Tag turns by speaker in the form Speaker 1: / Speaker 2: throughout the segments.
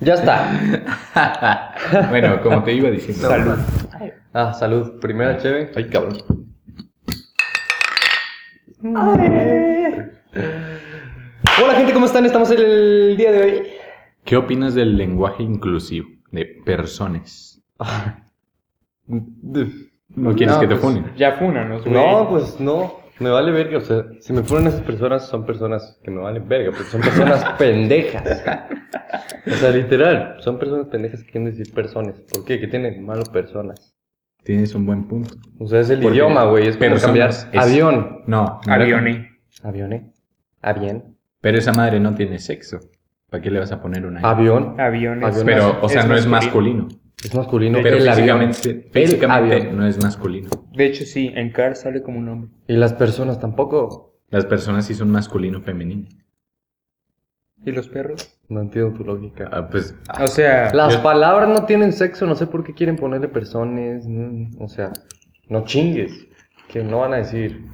Speaker 1: Ya está.
Speaker 2: bueno, como te iba diciendo.
Speaker 3: Salud.
Speaker 1: Ah, salud. Primera chévere.
Speaker 3: Ay, cabrón.
Speaker 1: Hola gente, ¿cómo están? Estamos en el día de hoy.
Speaker 2: ¿Qué opinas del lenguaje inclusivo de personas? ¿No quieres
Speaker 3: No,
Speaker 2: que te
Speaker 3: pues,
Speaker 2: funen?
Speaker 3: Ya funanos, güey.
Speaker 1: No, pues no. Me vale verga. O sea, si me ponen esas personas, son personas que me valen verga, porque son personas pendejas. O sea, literal, son personas pendejas que quieren decir personas. ¿Por qué? Que tienen malo personas.
Speaker 2: Tienes un buen punto.
Speaker 1: O sea, es el
Speaker 2: Porque
Speaker 1: idioma, güey. Es como cambiar
Speaker 2: personas es-
Speaker 1: avión.
Speaker 2: No, no era-
Speaker 3: Avione.
Speaker 1: Avione. Avión.
Speaker 2: Pero esa madre no tiene sexo. ¿Para qué le vas a poner una?
Speaker 1: Avión.
Speaker 3: Aviones.
Speaker 1: Aviones.
Speaker 2: Pero, o sea, no es masculino.
Speaker 1: Es masculino.
Speaker 2: Pero
Speaker 1: el avión.
Speaker 2: físicamente, físicamente
Speaker 1: avión.
Speaker 2: no es masculino.
Speaker 3: De hecho, sí, en car sale como un hombre.
Speaker 1: Y las personas tampoco.
Speaker 2: Las personas sí son masculino femenino.
Speaker 3: ¿Y los perros?
Speaker 1: No entiendo tu lógica.
Speaker 2: Ah, pues,
Speaker 3: O sea,
Speaker 1: Las palabras no tienen sexo, no sé por qué quieren ponerle personas, mm, o sea, no chingues, que no van a decir.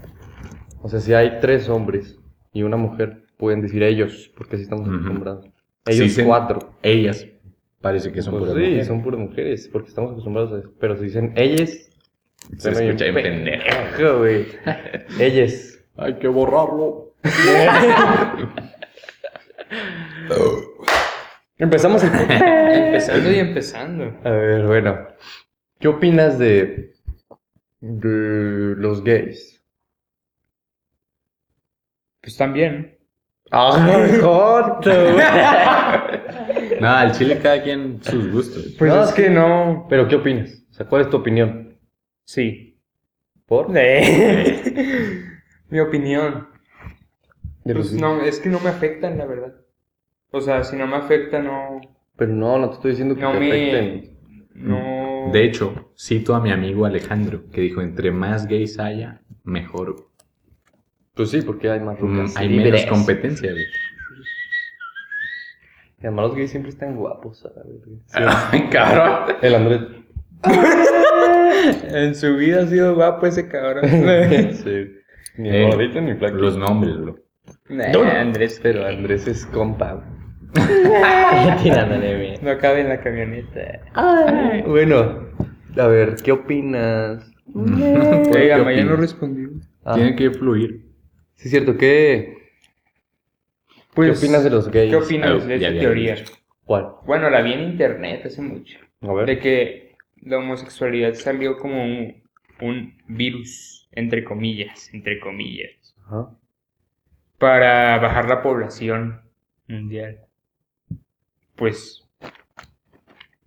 Speaker 1: O sea, si hay tres hombres y una mujer, pueden decir ellos, porque así estamos
Speaker 2: Ujú.
Speaker 1: acostumbrados.
Speaker 2: Sí,
Speaker 1: Ellos
Speaker 2: se-
Speaker 1: cuatro.
Speaker 2: ellas parece que son
Speaker 1: Pues
Speaker 2: puras
Speaker 1: sí,
Speaker 2: mujeres.
Speaker 1: son puras mujeres, porque estamos acostumbrados a eso. Pero si dicen ellas,
Speaker 2: Se
Speaker 1: suena bien
Speaker 2: escucha bien pendejo.
Speaker 1: pendejo, güey. ellas.
Speaker 2: Hay que borrarlo.
Speaker 1: Empezamos el
Speaker 3: empezando y eh, empezando.
Speaker 1: A ver, bueno. ¿Qué opinas de, de los gays?
Speaker 3: Pues también. Ah,
Speaker 1: ¡Ay, joto!
Speaker 2: Nada, al chile cada quien sus gustos.
Speaker 3: Pues
Speaker 1: No,
Speaker 3: es
Speaker 1: sí.
Speaker 3: que no.
Speaker 1: Pero, ¿qué opinas? O sea, ¿cuál es tu opinión?
Speaker 3: Sí.
Speaker 1: ¿Por?
Speaker 2: Eh.
Speaker 3: Mi opinión.
Speaker 1: De los gays.
Speaker 3: Pues no, es que no me afectan, la verdad. O sea, si no me afecta, no.
Speaker 1: Pero no, no te estoy diciendo que
Speaker 3: No
Speaker 1: te
Speaker 3: me-
Speaker 1: afecten.
Speaker 3: No.
Speaker 2: De hecho, cito a mi amigo Alejandro, que dijo, entre más gays haya, mejor.
Speaker 1: Pues sí, porque hay más
Speaker 2: Mm,
Speaker 1: rucas.
Speaker 2: hay
Speaker 1: libres.
Speaker 2: menos competencia. güey.
Speaker 1: Y además los gays siempre están guapos, a la verga.
Speaker 2: Ay, cabrón.
Speaker 1: El Andrés.
Speaker 3: En su vida ha sido guapo ese cabrón.
Speaker 1: sí. Ni
Speaker 2: Eh,
Speaker 1: gordito ni flaco.
Speaker 2: Los nombres, bro.
Speaker 3: Nah, Andrés, eh.
Speaker 1: Pero Andrés es compa. güey.
Speaker 3: no cabe en la camioneta.
Speaker 2: Ah,
Speaker 1: Bueno, a ver, ¿qué opinas?
Speaker 3: Oiga,
Speaker 2: pues, ¿Qué
Speaker 3: ya no
Speaker 2: opinas?
Speaker 3: respondió.
Speaker 1: Ah,
Speaker 2: Tiene que fluir.
Speaker 1: Sí, es cierto, ¿qué, ¿qué opinas de los gays?
Speaker 3: pues, ¿Qué opinas
Speaker 2: Ah,
Speaker 3: de
Speaker 2: ya
Speaker 3: esa
Speaker 2: había
Speaker 3: teoría?
Speaker 2: dicho.
Speaker 1: ¿Cuál?
Speaker 3: Bueno, la vi en internet hace mucho.
Speaker 1: A ver.
Speaker 3: De que la homosexualidad salió como un, un virus, entre comillas, entre comillas,
Speaker 1: Ajá.
Speaker 3: para bajar la población mundial. Pues,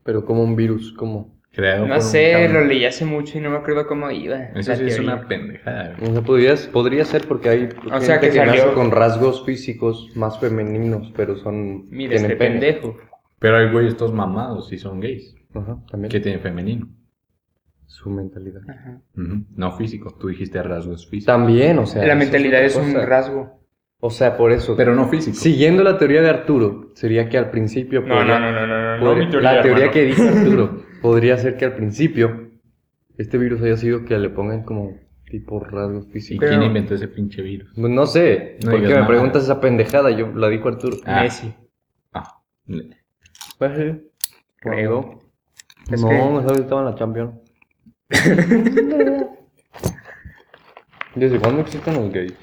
Speaker 1: Pero como un virus, como...
Speaker 2: Creado por
Speaker 3: no
Speaker 2: un
Speaker 3: sé,
Speaker 2: cabrón.
Speaker 3: lo leí hace mucho y no me acuerdo cómo iba.
Speaker 2: Eso
Speaker 3: la
Speaker 2: sí es
Speaker 3: teoría.
Speaker 2: una pendejada. güey.
Speaker 1: O sea, podrías- podría ser porque hay
Speaker 3: O sea, que
Speaker 1: nace
Speaker 3: salió-
Speaker 1: con rasgos físicos más femeninos, pero son
Speaker 3: Mira,
Speaker 1: tienen
Speaker 3: este
Speaker 1: pene.
Speaker 3: pendejo.
Speaker 2: Pero hay güeyes todos mamados y son gays.
Speaker 1: Ajá, también
Speaker 2: ¿Qué tienen femenino?
Speaker 1: su mentalidad.
Speaker 3: Ajá.
Speaker 2: Ujú, No físico. Tú dijiste rasgos físicos.
Speaker 1: También, o sea,
Speaker 3: la
Speaker 1: eso
Speaker 3: mentalidad es
Speaker 1: otra
Speaker 3: un
Speaker 1: cosa.
Speaker 3: rasgo.
Speaker 1: O sea, por eso.
Speaker 2: Pero no físico.
Speaker 1: siguiendo la teoría de Arturo, sería que al principio
Speaker 3: No,
Speaker 1: podría-
Speaker 3: no, no, no, no, no, no,
Speaker 1: podría-
Speaker 3: mi teoría,
Speaker 1: la teoría
Speaker 3: hermano.
Speaker 1: que dice Arturo podría ser que al principio este virus haya sido que le pongan como tipo rasgos
Speaker 2: ¿Y
Speaker 1: físicos.
Speaker 2: quién
Speaker 3: Pero-
Speaker 2: inventó ese pinche virus?
Speaker 1: Pues No sé,
Speaker 2: No
Speaker 1: porque
Speaker 2: digas
Speaker 1: me
Speaker 2: nada.
Speaker 1: preguntas esa pendejada, yo la dijo Arturo.
Speaker 2: Ah.
Speaker 3: Messi.
Speaker 2: Ah,
Speaker 1: Pues,
Speaker 3: Creo. Es
Speaker 1: no,
Speaker 3: que-
Speaker 1: no sabes, estaba en la Champions. ¿Desde cuándo existen los gays?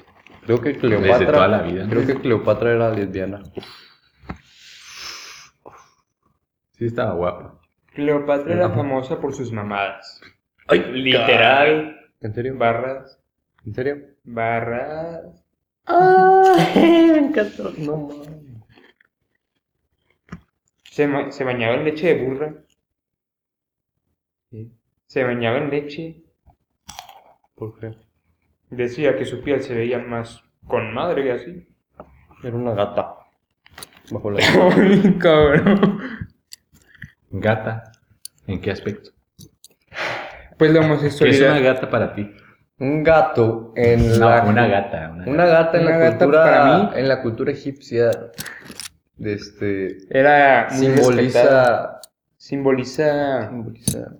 Speaker 1: Creo que Cleopatra.
Speaker 2: toda la vida, ¿no?
Speaker 1: Creo que Cleopatra era lesbiana.
Speaker 2: sí estaba guapa.
Speaker 3: Cleopatra era famosa por sus mamadas. Literal.
Speaker 1: ¿En serio?
Speaker 3: Barras.
Speaker 1: ¿En serio?
Speaker 3: Barras.
Speaker 1: Ay, me encantó. No mames.
Speaker 3: Se, ma- se bañaba en leche de burra.
Speaker 1: Sí.
Speaker 3: Se bañaba en leche.
Speaker 1: ¿Por qué?
Speaker 3: Decía que su piel se veía más con madre y así.
Speaker 1: Era una gata. Bajo la.
Speaker 3: Ay, cabrón.
Speaker 2: Gata. ¿En qué aspecto?
Speaker 3: Pues la
Speaker 2: ¿Qué es una
Speaker 3: homosexualidad.
Speaker 2: gata para ti?
Speaker 1: Un gato en la.
Speaker 2: No, una gata. Una
Speaker 1: Una gata en
Speaker 3: Una
Speaker 1: la
Speaker 3: gata
Speaker 1: cultura.
Speaker 3: para mí.
Speaker 1: En la cultura egipcia. de Este.
Speaker 3: Era muy respetada.
Speaker 1: Simboliza.
Speaker 3: Simboliza.
Speaker 1: Simboliza.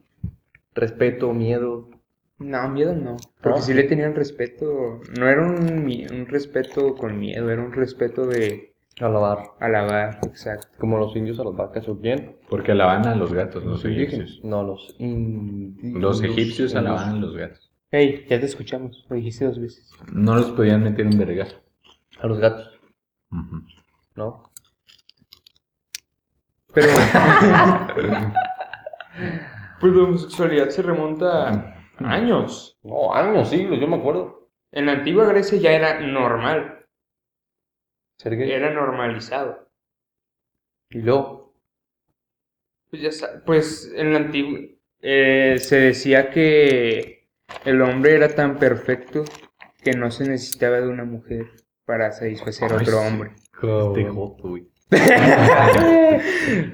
Speaker 1: Respeto, miedo.
Speaker 3: No, miedo no. Porque
Speaker 1: Ah.
Speaker 3: sí le tenían respeto. No era un, mi- un respeto con miedo, era un respeto de.
Speaker 1: Alabar.
Speaker 3: Alabar, exacto.
Speaker 1: Como los indios a las vacas, ¿o quién?
Speaker 2: Porque alaban a los gatos, los egipcios.
Speaker 1: No, los indios.
Speaker 2: Los egipcios alaban a los gatos.
Speaker 3: Hey, ya te escuchamos. Lo dijiste dos veces.
Speaker 2: No los podían meter un vergazo.
Speaker 1: A los gatos,
Speaker 2: Ujú.
Speaker 1: ¿no?
Speaker 3: Pero. pues la homosexualidad se remonta a años.
Speaker 1: No, años, siglos, yo me acuerdo.
Speaker 3: En la antigua Grecia ya era normal.
Speaker 1: Ser gay.
Speaker 3: Era normalizado.
Speaker 1: Y luego,
Speaker 3: Pues ya sa- pues en la antigua eh, se decía que el hombre era tan perfecto que no se necesitaba de una mujer para satisfacer a
Speaker 2: Ay,
Speaker 3: otro
Speaker 2: sí.
Speaker 3: hombre.
Speaker 2: Este joto, güey.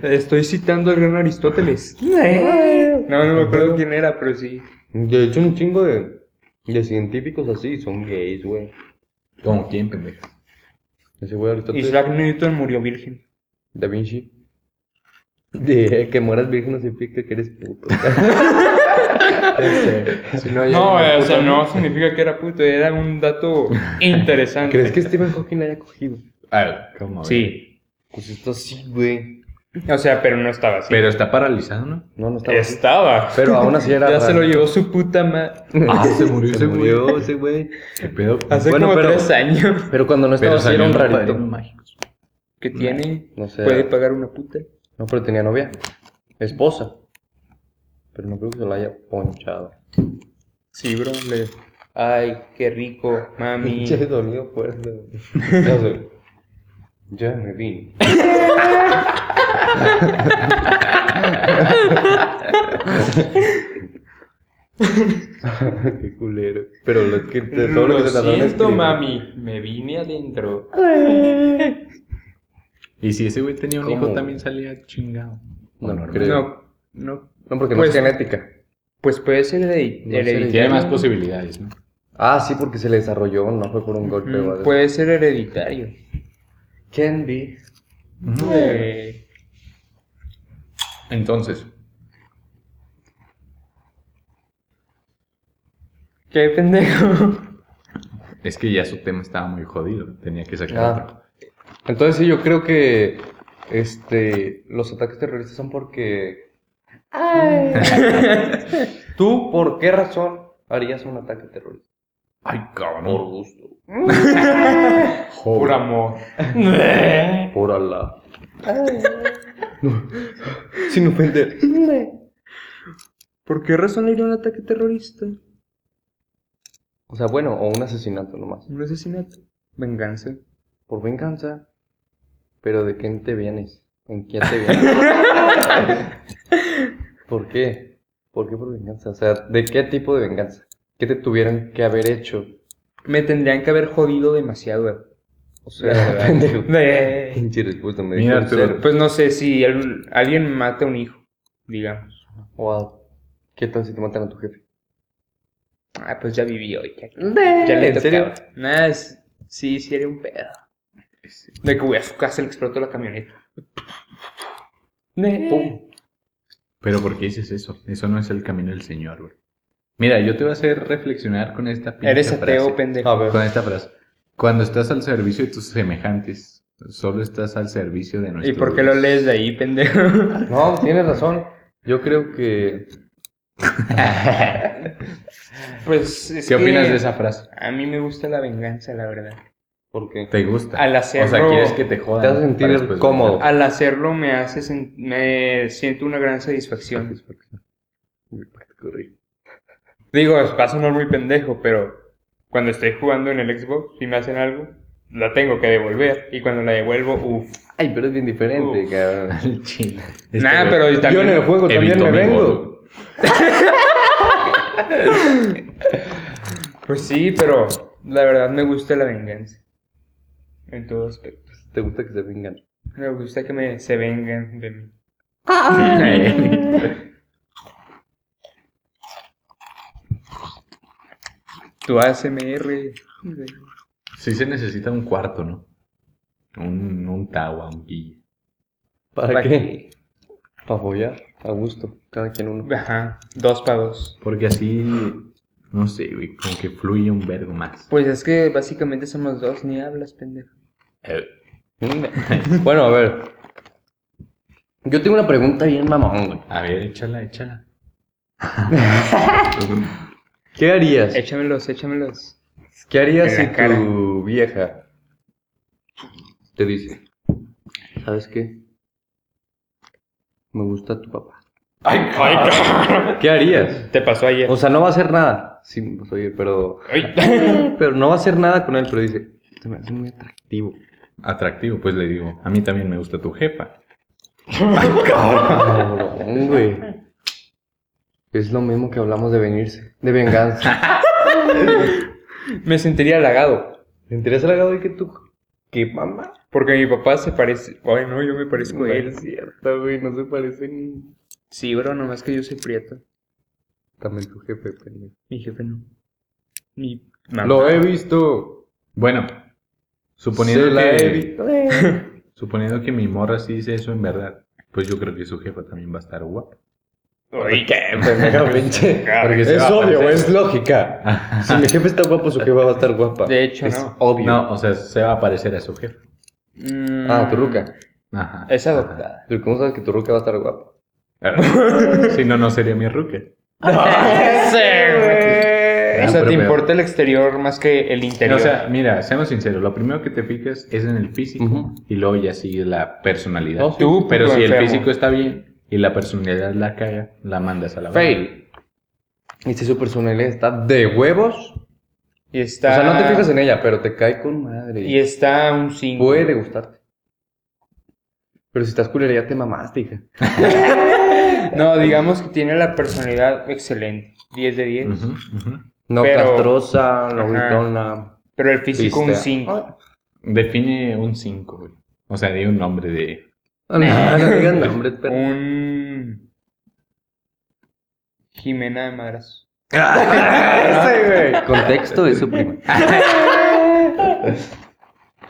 Speaker 3: Estoy citando al gran Aristóteles. No, no me acuerdo quién era, pero sí.
Speaker 1: de hecho, un chingo de, de científicos así son gays, güey.
Speaker 2: ¿Cómo quién, pendeja?
Speaker 1: Ese güey Aristóteles.
Speaker 3: Isaac Newton murió virgen.
Speaker 1: Da Vinci. De que mueras virgen no significa que eres puto.
Speaker 2: Este, Si no, ya-
Speaker 3: No, eh, o sea, no significa que era puto, era un dato interesante.
Speaker 1: ¿Crees que Stephen Hawking haya cogido?
Speaker 2: A ver, ¿cómo?
Speaker 3: Sí.
Speaker 1: Pues esto sí, güey.
Speaker 3: O sea, pero no estaba así.
Speaker 2: Pero está paralizado, ¿no?
Speaker 1: No, no eh. estaba. así.
Speaker 3: estaba.
Speaker 1: Pero aún así era.
Speaker 3: Ya se
Speaker 1: raro.
Speaker 3: lo llevó su puta madre.
Speaker 2: Ah, se murió
Speaker 1: Se
Speaker 2: ese güey.
Speaker 1: murió ese güey.
Speaker 2: ¿Qué pedo?
Speaker 3: Hace
Speaker 1: Bueno,
Speaker 3: como
Speaker 1: pero-
Speaker 3: tres años.
Speaker 1: Pero cuando no estaba
Speaker 2: Pero
Speaker 1: así
Speaker 2: salieron
Speaker 1: era un rarito.
Speaker 2: padrinos mágicos.
Speaker 3: Que tiene.
Speaker 1: No sé.
Speaker 3: Puede pagar una puta.
Speaker 1: No, pero tenía novia. Esposa. Pero no creo que se la haya ponchado.
Speaker 3: Sí, bro. le- Ay, qué rico, mami.
Speaker 1: Pinche dolido fuerte. No sé. Ya me vine. Qué culero. Pero lo que de todo lo que se tardó en escribir.
Speaker 3: Me vine adentro.
Speaker 2: Y si ese güey tenía un
Speaker 1: ¿Cómo?
Speaker 2: hijo, también salía chingado.
Speaker 1: No, no
Speaker 2: Bueno,
Speaker 1: creo.
Speaker 3: No, no.
Speaker 1: No, porque
Speaker 3: Pues-
Speaker 1: no es genética.
Speaker 3: Pues puede ser heredi-
Speaker 1: No sé,
Speaker 3: hereditario.
Speaker 2: Y hay más posibilidades, ¿no?
Speaker 1: Ah, sí, porque se le desarrolló, no fue por un golpe. o
Speaker 3: Mm,
Speaker 1: algo.
Speaker 3: Puede ser hereditario.
Speaker 1: Can be.
Speaker 3: Eh,
Speaker 2: Entonces,
Speaker 3: Qué pendejo.
Speaker 2: es que ya su tema estaba muy jodido. Tenía que sacar
Speaker 1: Ah.
Speaker 2: otro.
Speaker 1: Entonces sí, yo creo que este los ataques terroristas son porque ¿Tú por qué razón harías un ataque terrorista?
Speaker 2: Ay, cabrón.
Speaker 1: gusto.
Speaker 2: Por
Speaker 3: amor.
Speaker 1: Por Allah. Sin ofender.
Speaker 3: ¿Por qué razón iría un ataque terrorista?
Speaker 1: O sea, bueno, o un asesinato nomás.
Speaker 3: Un asesinato. Venganza.
Speaker 1: Por venganza. Pero ¿de quién te vienes? ¿En quién te vienes? ¿Por qué? ¿Por qué por venganza? O sea, ¿de qué tipo de venganza? ¿Qué te tuvieran que haber hecho?
Speaker 3: Me tendrían que haber jodido demasiado.
Speaker 1: O sea,
Speaker 3: La verdad.
Speaker 1: pendejo.
Speaker 3: Eh.
Speaker 1: Pinche respuesta me
Speaker 2: Mira,
Speaker 1: dijo
Speaker 2: Arturo.
Speaker 1: cero.
Speaker 3: Pues no sé si al- alguien mata a un hijo, digamos.
Speaker 1: Wow. ¿Qué tal si te matan a tu jefe?
Speaker 3: Ah, pues ya viví hoy. Ya, ya
Speaker 1: ¿En
Speaker 3: le
Speaker 1: serio?
Speaker 3: tocaba. Nah, es- sí, sí era un pedo. De que voy a su casa le explotó la camioneta. Eh.
Speaker 1: Pum.
Speaker 2: Pero ¿por qué dices eso? Eso no es el camino del Señor, güey. Mira, yo te voy a hacer reflexionar con esta pinche
Speaker 3: Eres ateo,
Speaker 2: frase. Ah,
Speaker 3: pendejo.
Speaker 1: A ver.
Speaker 2: Con esta frase. Cuando estás al servicio de tus semejantes, solo estás al servicio de
Speaker 3: ¿Y
Speaker 2: nuestro
Speaker 3: por qué lo
Speaker 2: Dios.
Speaker 3: lees de ahí, pendejo?
Speaker 1: No, tienes razón. Yo creo que.
Speaker 3: Pues es
Speaker 2: ¿Qué opinas
Speaker 3: que
Speaker 2: de esa frase?
Speaker 3: A mí me gusta la venganza, la verdad.
Speaker 1: Porque.
Speaker 2: ¿Te gusta?
Speaker 3: Al hacerlo-
Speaker 2: O sea, ¿quieres que te jodan?
Speaker 1: Te hace sentir
Speaker 2: para después
Speaker 1: cómodo.
Speaker 2: vengar?
Speaker 3: Al hacerlo me hace sen- me siento una gran satisfacción. Digo, es- va a sonar muy pendejo, pero cuando estoy jugando en el Xbox y me hacen algo, la tengo que devolver. Y cuando la devuelvo, uff.
Speaker 1: Ay, pero es bien diferente,
Speaker 3: Uf.
Speaker 1: cabrón.
Speaker 2: Al chile. Este
Speaker 3: Nah,
Speaker 2: güey
Speaker 3: pero
Speaker 1: Yo
Speaker 3: también-
Speaker 1: en el juego también
Speaker 2: evitó
Speaker 1: me
Speaker 2: mi
Speaker 1: vengo.
Speaker 2: voto.
Speaker 3: Pues sí, pero la verdad me gusta la venganza. En todo aspecto.
Speaker 1: ¿Te gusta que se vengan?
Speaker 3: Me gusta que me, se vengan de mí. Tu ASMR.
Speaker 2: Sí se necesita un cuarto, ¿no? Un, un tawa, un guille.
Speaker 1: ¿Para,
Speaker 3: ¿Para
Speaker 1: qué?
Speaker 3: qué?
Speaker 1: Para follar, a gusto. Cada quien uno.
Speaker 3: Ajá, dos pavos.
Speaker 2: Porque así, no sé, güey, como que fluye un vergo más.
Speaker 3: Pues es que básicamente somos dos, ni hablas, pendejo.
Speaker 2: Eh,
Speaker 1: Bueno, a ver. Yo tengo una pregunta bien mamón, güey.
Speaker 2: A ver, échala, échala.
Speaker 1: ¿Qué harías?
Speaker 3: Échamelos, échamelos.
Speaker 1: ¿Qué harías
Speaker 3: En la
Speaker 1: si
Speaker 3: cara.
Speaker 1: tu vieja te dice, ¿sabes qué? Me gusta tu papá.
Speaker 3: Ay,
Speaker 1: ¿Qué harías?
Speaker 3: Te pasó ayer.
Speaker 1: O sea, no va a hacer nada. Sí, pues, oye, pero, pero no va a hacer nada con él, pero dice, se me hace muy atractivo.
Speaker 2: Atractivo, pues le digo. A mí también me gusta tu jefa.
Speaker 1: Cabrón, güey. Es lo mismo que hablamos de venirse, de venganza.
Speaker 3: Me sentiría halagado.
Speaker 1: ¿Te interesa el de que tú? ¿Qué mamá?
Speaker 3: Porque mi papá se parece. Ay, no, yo me parezco a él.
Speaker 1: es cierto, güey, no se parecen.
Speaker 3: Sí, bro, nomás que yo soy prieto.
Speaker 1: También tu jefe, pendejo.
Speaker 3: Mi jefe no. Mi mamá.
Speaker 1: Lo he visto.
Speaker 2: Bueno, suponiendo
Speaker 1: Se la he
Speaker 2: que,
Speaker 1: visto.
Speaker 2: suponiendo que mi morra sí dice eso en verdad, pues yo creo que su jefa también va a estar guapa.
Speaker 3: Ay, qué
Speaker 1: Pendejo, pinche.
Speaker 2: Porque se
Speaker 1: Es
Speaker 2: va a
Speaker 1: obvio,
Speaker 2: parecer.
Speaker 1: güey, es lógica. Si mi jefe está guapo, su jefa va a estar guapa.
Speaker 3: De hecho,
Speaker 1: es
Speaker 3: no.
Speaker 1: obvio.
Speaker 2: No, o sea, se va a parecer a su jefa.
Speaker 3: Mm,
Speaker 1: Ah, tu ruca.
Speaker 2: Ajá.
Speaker 3: Es adoptada.
Speaker 1: Pero ¿cómo sabes que tu ruca va a estar guapa?
Speaker 2: Ajá. si no, no sería mi ruca.
Speaker 3: Ah,
Speaker 1: Eh.
Speaker 3: o sea,
Speaker 2: pero
Speaker 3: te
Speaker 2: me-
Speaker 3: importa el exterior más que el interior.
Speaker 2: O sea, mira, seamos sinceros, lo primero que te fijas es en el físico
Speaker 1: Ujú.
Speaker 2: y luego ya sigue la personalidad.
Speaker 1: No, sí,
Speaker 3: Tú, sí.
Speaker 2: pero
Speaker 3: puto
Speaker 2: si el
Speaker 3: enfermo.
Speaker 2: físico está bien y la personalidad la caga, la mandas a la verga.
Speaker 1: Fail. Y si su personalidad está de huevos.
Speaker 3: y está.
Speaker 1: O sea, no te fijas en ella, pero te cae con madre.
Speaker 3: Y está un 5.
Speaker 1: Puede gustarte. Pero si estás culera, ya te mamaste, hija.
Speaker 3: No, digamos que tiene la personalidad excelente. 10 de 10.
Speaker 2: Ujú, ujú.
Speaker 1: No
Speaker 3: Pero-
Speaker 1: castrosa, no gritona.
Speaker 3: Pero el físico un
Speaker 1: pistea.
Speaker 3: 5.
Speaker 2: Define un 5, güey. O sea, di un nombre de...
Speaker 1: Ah, No, no digan nombres, pero.
Speaker 3: Un. Jimena de Madras.
Speaker 1: Contexto de su prima.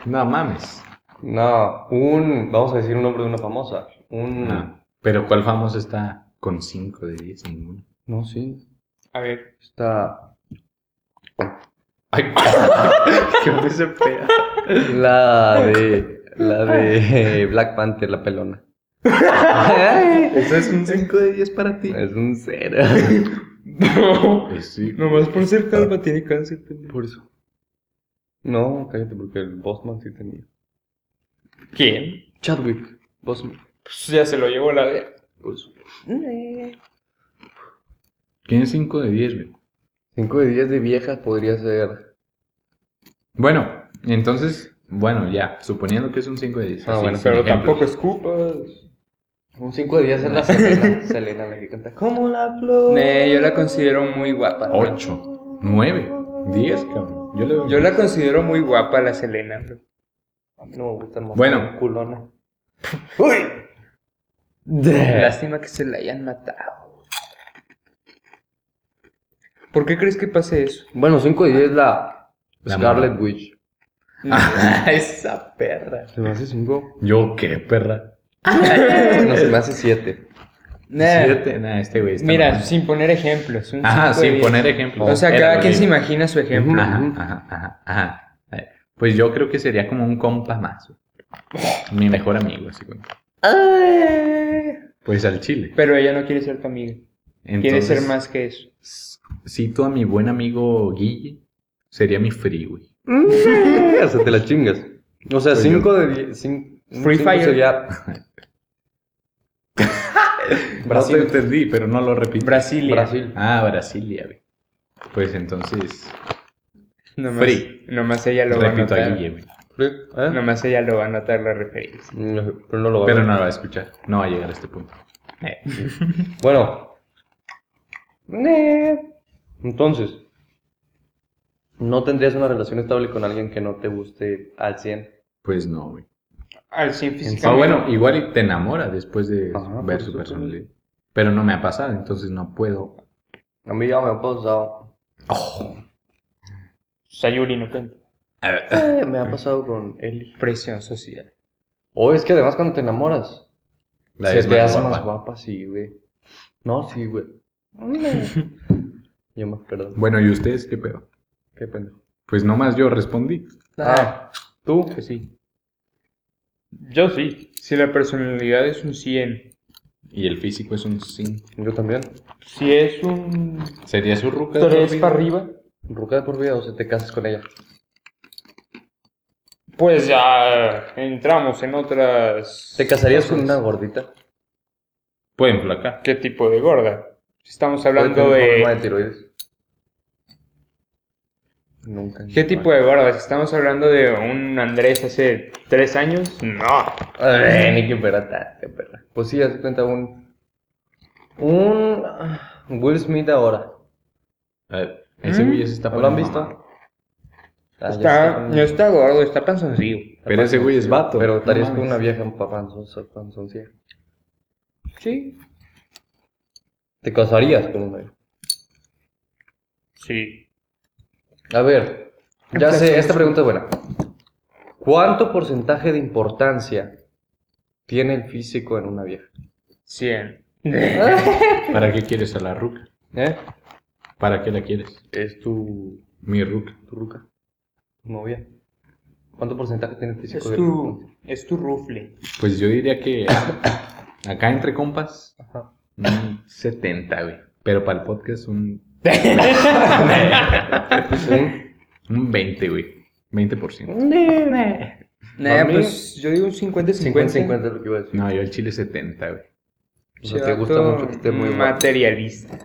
Speaker 2: No mames.
Speaker 1: No, un. Vamos a decir un nombre de una famosa. Un.
Speaker 2: No. Ah, Pero ¿cuál famoso está con 5 de 10? Ninguno.
Speaker 1: No, sí.
Speaker 3: A ver.
Speaker 1: Está.
Speaker 2: Ay, qué puse fea.
Speaker 1: La de. La de Black Panther, la pelona.
Speaker 2: Eso es un 5 de 10 para ti.
Speaker 1: Es un cero.
Speaker 3: No.
Speaker 2: Eh, Pues sí.
Speaker 3: Nomás por ser calva tiene cáncer, pues.
Speaker 1: Por eso. No, cállate, porque el Bosman sí tenía.
Speaker 3: ¿Quién?
Speaker 1: Chadwick. Bosman.
Speaker 3: Pues ya se lo llevó la de.
Speaker 1: Por eso.
Speaker 2: ¿Quién es 5 de 10, güey?
Speaker 1: 5 de 10 de viejas podría ser.
Speaker 2: Bueno, entonces, bueno, ya, suponiendo que es un 5 de 10.
Speaker 1: Ah,
Speaker 2: así,
Speaker 1: bueno,
Speaker 2: sin
Speaker 3: Pero
Speaker 2: pues, ejemplo.
Speaker 3: tampoco escupas.
Speaker 1: Un 5 de 10 es la Selena. Selena, la que canta. Como la flor.
Speaker 3: Me, yo la considero muy guapa.
Speaker 2: Oh. 8, 9, 10, cabrón. Yo le veo-
Speaker 3: Yo la considero muy guapa la Selena, bro.
Speaker 1: A mí no me gustan más.
Speaker 2: Bueno.
Speaker 1: Culona. ¡Uy!
Speaker 2: Eh.
Speaker 3: Lástima que se la hayan matado. ¿Por qué crees que pase eso?
Speaker 1: Bueno, 5 de 10 la,
Speaker 2: La
Speaker 1: Scarlet
Speaker 2: mamá.
Speaker 1: Witch.
Speaker 2: esa perra.
Speaker 1: Se me hace 5.
Speaker 2: Yo qué perra.
Speaker 1: No, se me hace 7.
Speaker 3: Nah,
Speaker 2: 7, nada, este güey está
Speaker 3: Mira,
Speaker 2: mal.
Speaker 3: sin poner ejemplos. un
Speaker 2: Ajá,
Speaker 3: cinco de
Speaker 2: sin
Speaker 3: diez.
Speaker 2: poner ejemplos.
Speaker 3: O sea,
Speaker 2: Era
Speaker 3: cada
Speaker 2: lo
Speaker 3: quien se
Speaker 2: mismo.
Speaker 3: imagina su
Speaker 1: Ujú.
Speaker 3: ejemplo.
Speaker 2: Ajá, ajá, ajá, ajá. Eh, Pues yo creo que sería como un compa más. güey. Mi mejor amigo, así güey. Pues al chile.
Speaker 3: Pero ella no quiere ser tu amiga. Quiere
Speaker 2: Entonces,
Speaker 3: ser más que eso.
Speaker 2: s- Cito a mi buen amigo Guille. Sería mi free, güey.
Speaker 1: o sea, te la chingas. O sea,
Speaker 2: Soy
Speaker 1: 5 de 10. cin- un
Speaker 3: Free
Speaker 1: cinco
Speaker 3: Fire.
Speaker 1: Sería... Brasil.
Speaker 2: No te entendí, pero no lo repito.
Speaker 3: Brasilia.
Speaker 1: Brasil.
Speaker 2: Ah, Brasilia, güey. Pues entonces,
Speaker 3: Nomás,
Speaker 2: Free.
Speaker 3: Nomás ella lo va a
Speaker 2: repito a
Speaker 3: notar.
Speaker 2: Guille, güey.
Speaker 1: ¿Eh?
Speaker 3: Nomás ella lo va a notar la referencia.
Speaker 1: No sé, Pero no lo va a
Speaker 2: Pero
Speaker 1: ver.
Speaker 2: no lo va a escuchar. No va a llegar a este punto.
Speaker 1: Bueno. Entonces. ¿No tendrías una relación estable con alguien que no te guste al 100?
Speaker 2: Pues no, güey.
Speaker 3: Al 100
Speaker 2: Ah,
Speaker 3: físicamente.
Speaker 2: bueno, igual y te enamora después de
Speaker 1: Ajá,
Speaker 2: ver
Speaker 1: por
Speaker 2: su
Speaker 1: supuesto.
Speaker 2: personalidad. Pero no me ha pasado, entonces no puedo.
Speaker 1: A mí ya me ha pasado.
Speaker 3: Sayuri no cuenta.
Speaker 1: Eh, me ha pasado con Eli.
Speaker 3: Presión social.
Speaker 1: O es que además cuando te enamoras,
Speaker 2: La
Speaker 1: se
Speaker 2: vez
Speaker 1: te
Speaker 2: más
Speaker 1: hace
Speaker 2: guapa.
Speaker 1: más guapa, sí, güey. No, sí, güey. Yo me perdón.
Speaker 2: Bueno, ¿y ustedes qué pedo?
Speaker 1: Qué pendejo.
Speaker 3: Ah,
Speaker 2: Pues nomás yo respondí.
Speaker 1: Ah, tú.
Speaker 3: Pues sí. Yo sí. Si la personalidad es un 100,
Speaker 2: Y el físico es un 5.
Speaker 1: Yo también.
Speaker 3: si es un
Speaker 2: ¿Sería su ruca? de
Speaker 3: 3
Speaker 2: por
Speaker 3: para
Speaker 2: vida?
Speaker 3: arriba,
Speaker 1: Ruca de por vida o se te casas con ella.
Speaker 3: pues ya entramos en otras...
Speaker 1: ¿Te casarías con una gordita?
Speaker 2: Pueden flacar.
Speaker 3: ¿Qué tipo de gorda? Estamos hablando
Speaker 1: ¿Puede tener
Speaker 3: de...
Speaker 1: forma de tiroides? Nunca.
Speaker 3: ¿Qué tipo de gordas? ¿Estamos hablando de un Andrés hace tres años? No.
Speaker 1: Ay, ni qué perra, ta- qué perra. Eh, Pues sí, hace cuenta un. Un. ah, Will Smith ahora.
Speaker 2: A ver, ese güey ya se está
Speaker 1: Mm. ¿Lo han
Speaker 2: poniendo
Speaker 1: visto?
Speaker 2: mamado.
Speaker 1: Ah, ya se
Speaker 3: Está,
Speaker 1: poniendo-
Speaker 3: no está gordo, está panzoncillo.
Speaker 2: Pero ese güey es vato.
Speaker 1: Pero
Speaker 2: no
Speaker 1: estarías
Speaker 2: mames.
Speaker 1: con una vieja en panzón, panzoncilla.
Speaker 3: Sí.
Speaker 1: ¿Te casarías con una vieja?
Speaker 3: Sí.
Speaker 1: A ver, ya sé, esta pregunta es buena. ¿Cuánto porcentaje de importancia tiene el físico en una vieja?
Speaker 3: 100.
Speaker 2: ¿Para qué quieres a la ruca?
Speaker 1: ¿Eh?
Speaker 2: ¿Para qué la quieres?
Speaker 1: Es tu,
Speaker 2: Mi ruca.
Speaker 1: tu ruca, tu novia. ¿Cuánto porcentaje tiene el físico?
Speaker 3: Es
Speaker 1: de-
Speaker 3: tu, es tu rufle.
Speaker 2: Pues yo diría que acá entre compas,
Speaker 1: Ajá.
Speaker 2: un 70, güey. Pero para el podcast un,
Speaker 1: ¿Sí?
Speaker 2: un 20, güey. 20%.
Speaker 1: Nah,
Speaker 3: pues
Speaker 1: pues,
Speaker 3: yo digo un 50-50.
Speaker 1: 50-50 es lo que iba a decir.
Speaker 2: No, yo el chile 70, güey.
Speaker 1: O sea, te gusta mucho que esté muy guapa.
Speaker 3: materialista.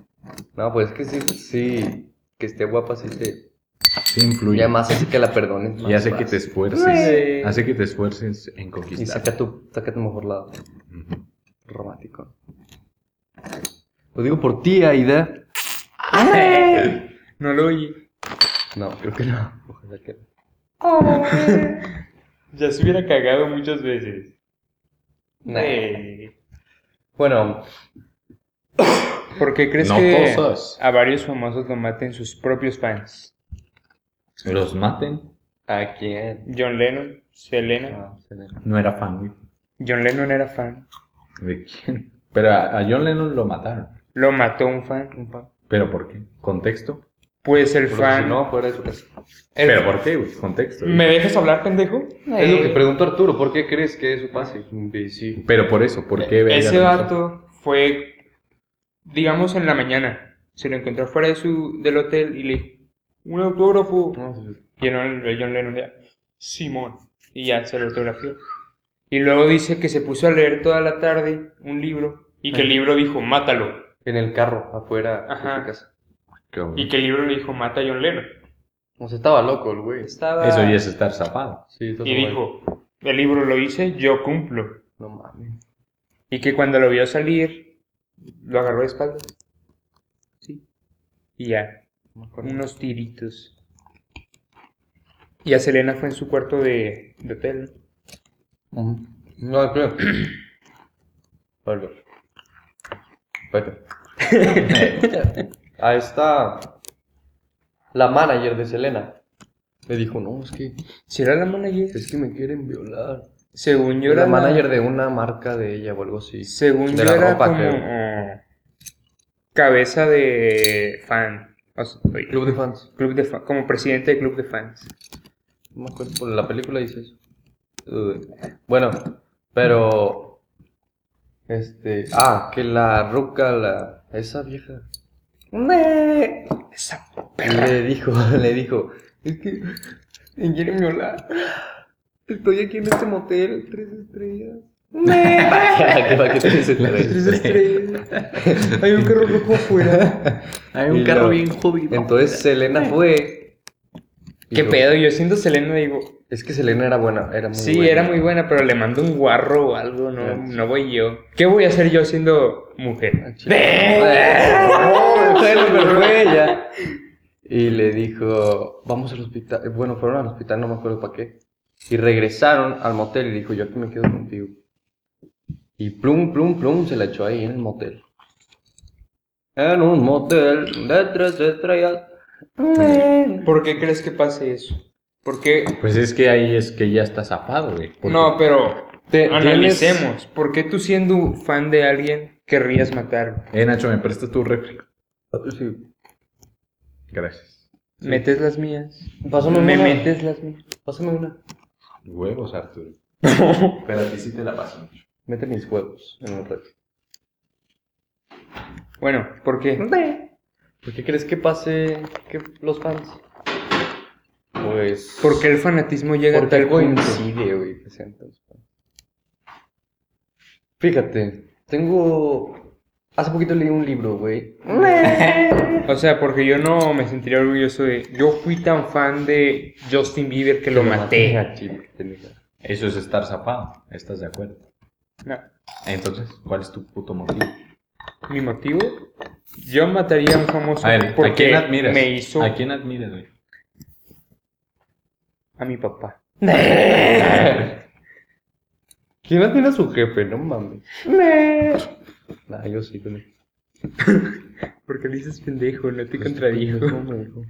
Speaker 1: No, pues es que sí, sí, que esté guapa sí te...
Speaker 2: Sí influye.
Speaker 1: Y además hace que la perdones más
Speaker 2: Y hace que
Speaker 1: fácil.
Speaker 2: te
Speaker 3: Güey.
Speaker 2: esfuerces. Hace que te esfuerces en
Speaker 1: Y
Speaker 2: conquistar.
Speaker 1: saca tu, saca tu mejor lado.
Speaker 2: Ujú.
Speaker 1: Romántico. Lo digo por ti, Aida.
Speaker 3: No lo oí.
Speaker 1: No, creo que no. Ojalá que no.
Speaker 3: Ya se hubiera cagado muchas veces.
Speaker 1: Nah.
Speaker 3: Eh,
Speaker 1: Bueno,
Speaker 3: ¿Por qué crees
Speaker 2: No
Speaker 3: que
Speaker 2: todos.
Speaker 3: a varios famosos lo maten sus propios fans?
Speaker 2: Los maten.
Speaker 1: ¿a quién?
Speaker 3: John Lennon, Selena.
Speaker 1: No, se le-
Speaker 2: No era fan, güey.
Speaker 3: John Lennon era fan.
Speaker 2: ¿De quién? Pero a, a John Lennon lo mataron.
Speaker 3: Lo mató un fan.
Speaker 1: un pan.
Speaker 2: ¿Pero por qué? ¿Contexto?
Speaker 3: Pues el
Speaker 1: Porque
Speaker 3: fan.
Speaker 1: si no, fuera de su casa.
Speaker 3: el-
Speaker 2: ¿Pero por qué, güey? Contexto. güey.
Speaker 3: ¿Me dejas hablar, pendejo?
Speaker 1: Es lo que
Speaker 3: Eh,
Speaker 1: preguntó Arturo. ¿Por qué crees que eso pase? Sí.
Speaker 2: Pero por eso, ¿por qué? verga
Speaker 3: Ese
Speaker 2: lo
Speaker 3: vato fue, digamos, en la mañana. Se lo encontró fuera de su, del hotel y le dijo, un autógrafo.
Speaker 1: Ah.
Speaker 3: Y el, el John Lennon ya, Simón. Y ya se lo autografió. Y luego dice que se puso a leer toda la tarde un libro. Y que el libro dijo, mátalo.
Speaker 1: En el carro, afuera
Speaker 3: Ajá.
Speaker 1: de su casa.
Speaker 2: Cabrón.
Speaker 3: Y que el libro le dijo, mata a John Lennon.
Speaker 1: O sea, estaba loco el güey.
Speaker 3: Estaba...
Speaker 2: Eso ya es estar zapado.
Speaker 1: Sí, está
Speaker 3: Y
Speaker 1: todo
Speaker 3: dijo, el libro lo hice, yo cumplo.
Speaker 1: mal. No mames.
Speaker 3: Y que cuando lo vio salir, lo agarró de espalda. Sí. Y ya,
Speaker 1: No me acuerdo.
Speaker 3: unos tiritos. Y a Selena fue en su cuarto de, de hotel. ¿no? "Mm,
Speaker 1: Ujú. No, creo. Vale. Vete. A esta. La manager de Selena. Me dijo, no, es que.
Speaker 3: Si era la manager.
Speaker 1: Es que me quieren violar.
Speaker 3: Según yo
Speaker 1: Yo
Speaker 3: era
Speaker 1: era manager de una marca de ella o algo así.
Speaker 3: Según
Speaker 1: de
Speaker 3: yo
Speaker 1: la
Speaker 3: era
Speaker 1: ropa,
Speaker 3: como cabeza de fan. O sea, oye,
Speaker 1: Club de fans.
Speaker 3: club de fa- como presidente de club de fans.
Speaker 1: No me acuerdo. Por la película dice eso. Uy. Bueno, pero. Este. Ah, que la ruca, la. Esa vieja. Me.
Speaker 3: Esa
Speaker 1: Le dijo, le dijo. Es que. Me quieren violar. Estoy aquí en este motel, tres estrellas. Me. ¿Para qué, para qué tres estrellas?
Speaker 3: tres estrellas. Hay un carro rojo afuera.
Speaker 2: Hay
Speaker 1: un carro bien
Speaker 2: jodido.
Speaker 1: Entonces Selena fue. y
Speaker 3: ¿Qué
Speaker 1: dijo,
Speaker 3: pedo? Yo siendo Selena digo,
Speaker 1: Es que Selena era buena, era muy
Speaker 3: Sí,
Speaker 1: buena.
Speaker 3: era muy buena, Ah, pero le mando un guarro o algo, no,
Speaker 1: Gracias.
Speaker 3: no voy yo. ¿Qué voy a hacer yo siendo mujer?
Speaker 1: No, bueno, pero fue ella. Y le dijo, vamos al hospital. Eh, Bueno, fueron al hospital, no me acuerdo para qué. Y regresaron al motel y dijo, yo aquí me quedo contigo. Y plum, plum, plum, se la echó ahí en el motel. En un motel de Mm. tres estrellas.
Speaker 3: ¿Por qué crees que pase eso? ¿Por qué?
Speaker 2: Pues es que ahí es que ya está zapado, güey. Porque-
Speaker 3: No, pero
Speaker 1: Te-
Speaker 3: analicemos. ¿Por qué tú siendo fan de alguien querrías matarlo?
Speaker 2: Eh, Nacho, ¿me prestas tu refri?
Speaker 1: tienes- Sí.
Speaker 2: Gracias.
Speaker 3: ¿Metes las mías?
Speaker 1: Pásame
Speaker 3: ¿Me
Speaker 1: una.
Speaker 3: metes las mías?
Speaker 1: Pásame una.
Speaker 2: Huevos, Arturo. Pero a ti sí te la paso.
Speaker 1: Mete mis huevos en el red.
Speaker 3: bueno, ¿por qué?
Speaker 1: ¿Por qué crees que pase que los fans? Pues.
Speaker 3: ¿Por qué el fanatismo llega a
Speaker 1: Porque
Speaker 3: tal
Speaker 1: algo
Speaker 3: punto?
Speaker 1: coincide, güey. que sean tan fans. Fíjate, tengo. Hace poquito leí un libro, güey.
Speaker 3: O sea, porque yo no me sentiría orgulloso de. Yo fui tan fan de Justin Bieber que lo maté.
Speaker 1: Ah, chile, tenía-
Speaker 2: Eso es estar zapado. ¿Estás de acuerdo?
Speaker 3: No.
Speaker 2: Entonces, ¿cuál es tu puto motivo?
Speaker 3: ¿Mi motivo? Yo mataría a un famoso
Speaker 2: A ver, ¿a
Speaker 3: porque
Speaker 2: quién admiras?
Speaker 3: me hizo
Speaker 2: ¿A quién admiras, güey?
Speaker 3: a mi papá.
Speaker 1: ¿Quién admira a su jefe? No mames. Nah, yo sí, güey.
Speaker 3: Porque le dices pendejo, no te
Speaker 1: Pues,
Speaker 3: contradijo.
Speaker 1: pendejo, me dijo.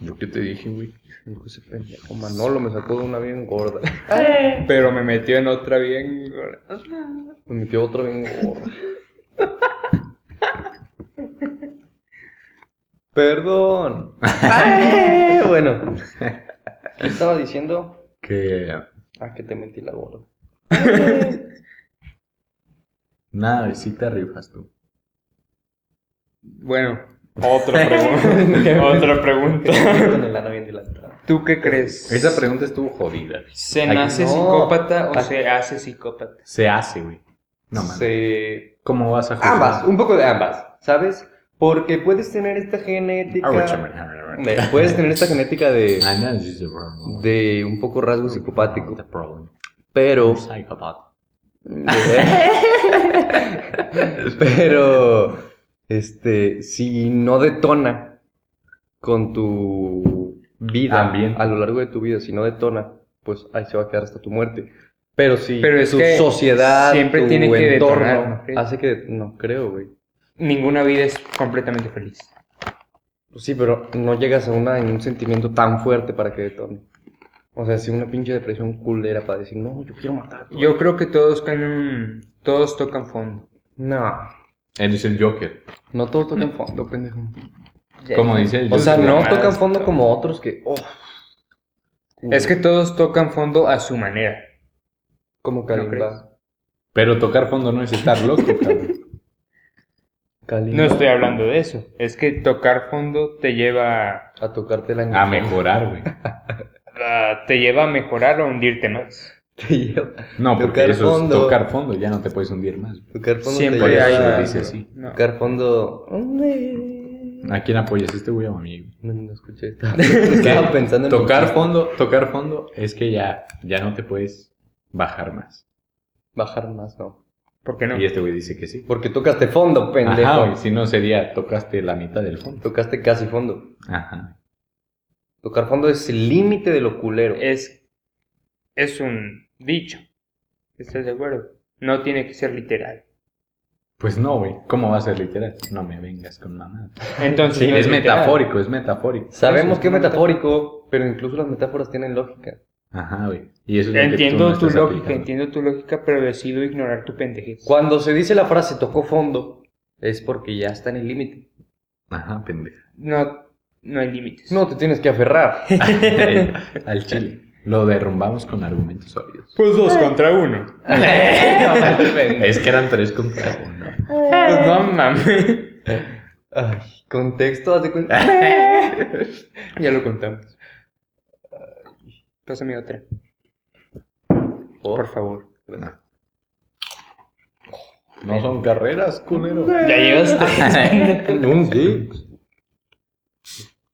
Speaker 2: ¿Yo qué te dije, güey?
Speaker 1: Me dijo ese pendejo. Manolo me sacó de una bien gorda.
Speaker 3: Pero me metió en otra bien.
Speaker 1: Me metió Pues otra bien gorda. Perdón. Ay, bueno. ¿Qué estaba diciendo?
Speaker 2: Que
Speaker 1: Ah, que te metí la gorda.
Speaker 2: nada, güey, sí te rifas tú.
Speaker 3: Bueno, otra pregunta. otra pregunta.
Speaker 1: Con el ano bien dilatado.
Speaker 3: ¿Tú qué crees?
Speaker 2: Esa pregunta estuvo jodida. güey.
Speaker 3: ¿Se
Speaker 2: Aquí
Speaker 3: nace
Speaker 1: no.
Speaker 3: psicópata o
Speaker 1: Aquí-
Speaker 3: se hace psicópata?
Speaker 2: Se hace, güey. No mames.
Speaker 1: Se...
Speaker 2: ¿Cómo vas a juzgar?
Speaker 1: Ambas, un poco de ambas, ¿sabes? Porque puedes tener esta genética...
Speaker 2: Average.
Speaker 1: de- Puedes tener esta genética de...
Speaker 2: I know this is the wrong one.
Speaker 1: de un poco rasgo
Speaker 2: The
Speaker 1: psicopático,
Speaker 2: problem.
Speaker 1: pero
Speaker 2: Psychopath.
Speaker 1: pero este si no detona con tu vida
Speaker 2: Ambiente.
Speaker 1: a lo largo de tu vida, si no detona, pues ahí se va a quedar hasta tu muerte. Pero si
Speaker 3: Pero es
Speaker 1: tu
Speaker 3: que
Speaker 1: sociedad,
Speaker 3: siempre
Speaker 1: tu
Speaker 3: tiene que
Speaker 1: entorno
Speaker 3: detonar, ¿no crees?
Speaker 1: hace que no creo, güey.
Speaker 3: Ninguna vida es completamente feliz.
Speaker 1: Sí, pero no llegas a una en un sentimiento tan fuerte para que detone. O sea, si una pinche depresión culera para decir, "No, yo quiero matar." a todos".
Speaker 3: Yo creo que todos caen en- todos tocan fondo.
Speaker 1: No.
Speaker 2: Eres el Joker.
Speaker 1: No todos tocan fondo, pendejo.
Speaker 2: Como dice el
Speaker 1: O sea,
Speaker 2: Joker.
Speaker 1: no
Speaker 3: mamadas,
Speaker 1: tocan fondo como otros que. oh.
Speaker 3: Es que todos tocan fondo a su manera.
Speaker 1: Como
Speaker 3: crees?
Speaker 1: Kalimba.
Speaker 2: Pero tocar fondo no es estar loco, cabrón.
Speaker 1: Kalimba.
Speaker 3: No estoy hablando de eso. Es que tocar fondo te lleva
Speaker 1: A tocarte la
Speaker 2: A mejorar, güey.
Speaker 3: a- te lleva a mejorar o a hundirte más.
Speaker 1: Te lleva-
Speaker 2: No, porque
Speaker 1: Tocar
Speaker 2: eso
Speaker 1: fondo.
Speaker 2: es tocar fondo. Ya no te puedes hundir más. güey.
Speaker 1: Tocar fondo te
Speaker 3: Siempre
Speaker 1: lleva
Speaker 3: hay
Speaker 1: a-
Speaker 2: lo dice así.
Speaker 3: No.
Speaker 1: Tocar fondo.
Speaker 2: ¿A quién apoyas? Este güey o a mí, güey?
Speaker 1: No, no escuché. Estaba, estaba
Speaker 2: ¿Qué?
Speaker 1: pensando en.
Speaker 2: tocar fondo, tocar fondo es que ya, ya no te puedes bajar más.
Speaker 1: Bajar más, no.
Speaker 3: ¿Por qué no?
Speaker 2: Y este güey dice que sí.
Speaker 1: Porque tocaste fondo, pendejo.
Speaker 2: Ajá, güey, si no sería tocaste la mitad del fondo.
Speaker 1: Tocaste casi fondo.
Speaker 2: Ajá.
Speaker 1: Tocar fondo es el límite de lo culero.
Speaker 3: Es, es un dicho. ¿Estás de acuerdo? No tiene que ser literal.
Speaker 2: Pues no, güey. ¿Cómo va a ser literal? No me vengas con mamá.
Speaker 3: Entonces,
Speaker 2: Sí,
Speaker 3: no
Speaker 2: es
Speaker 3: literal.
Speaker 2: metafórico, es metafórico.
Speaker 1: Sabemos
Speaker 2: Eso
Speaker 1: que es
Speaker 2: una
Speaker 1: metafórico, pero incluso las metáforas tienen lógica.
Speaker 2: metáfora. Ajá, güey. Y eso es lo que tú
Speaker 3: Entiendo
Speaker 2: no
Speaker 3: tu
Speaker 2: estás
Speaker 3: lógica,
Speaker 2: aplicando.
Speaker 3: entiendo tu lógica, pero decido ignorar tu pendejez.
Speaker 1: Cuando se dice la frase tocó fondo, es porque ya está en el límite.
Speaker 2: Ajá, pendeja.
Speaker 3: No, no hay límites.
Speaker 1: No te tienes que aferrar.
Speaker 2: Eh, Al chile. Lo derrumbamos con argumentos sólidos.
Speaker 3: Pues dos contra uno.
Speaker 2: Es que eran tres contra uno.
Speaker 3: Pues no mames.
Speaker 1: Ay, contexto, haz de cuenta.
Speaker 3: Ya lo contamos. Pásame otra, por favor.
Speaker 2: No. No son carreras, culero.
Speaker 3: Ya llegaste.
Speaker 1: Un sí.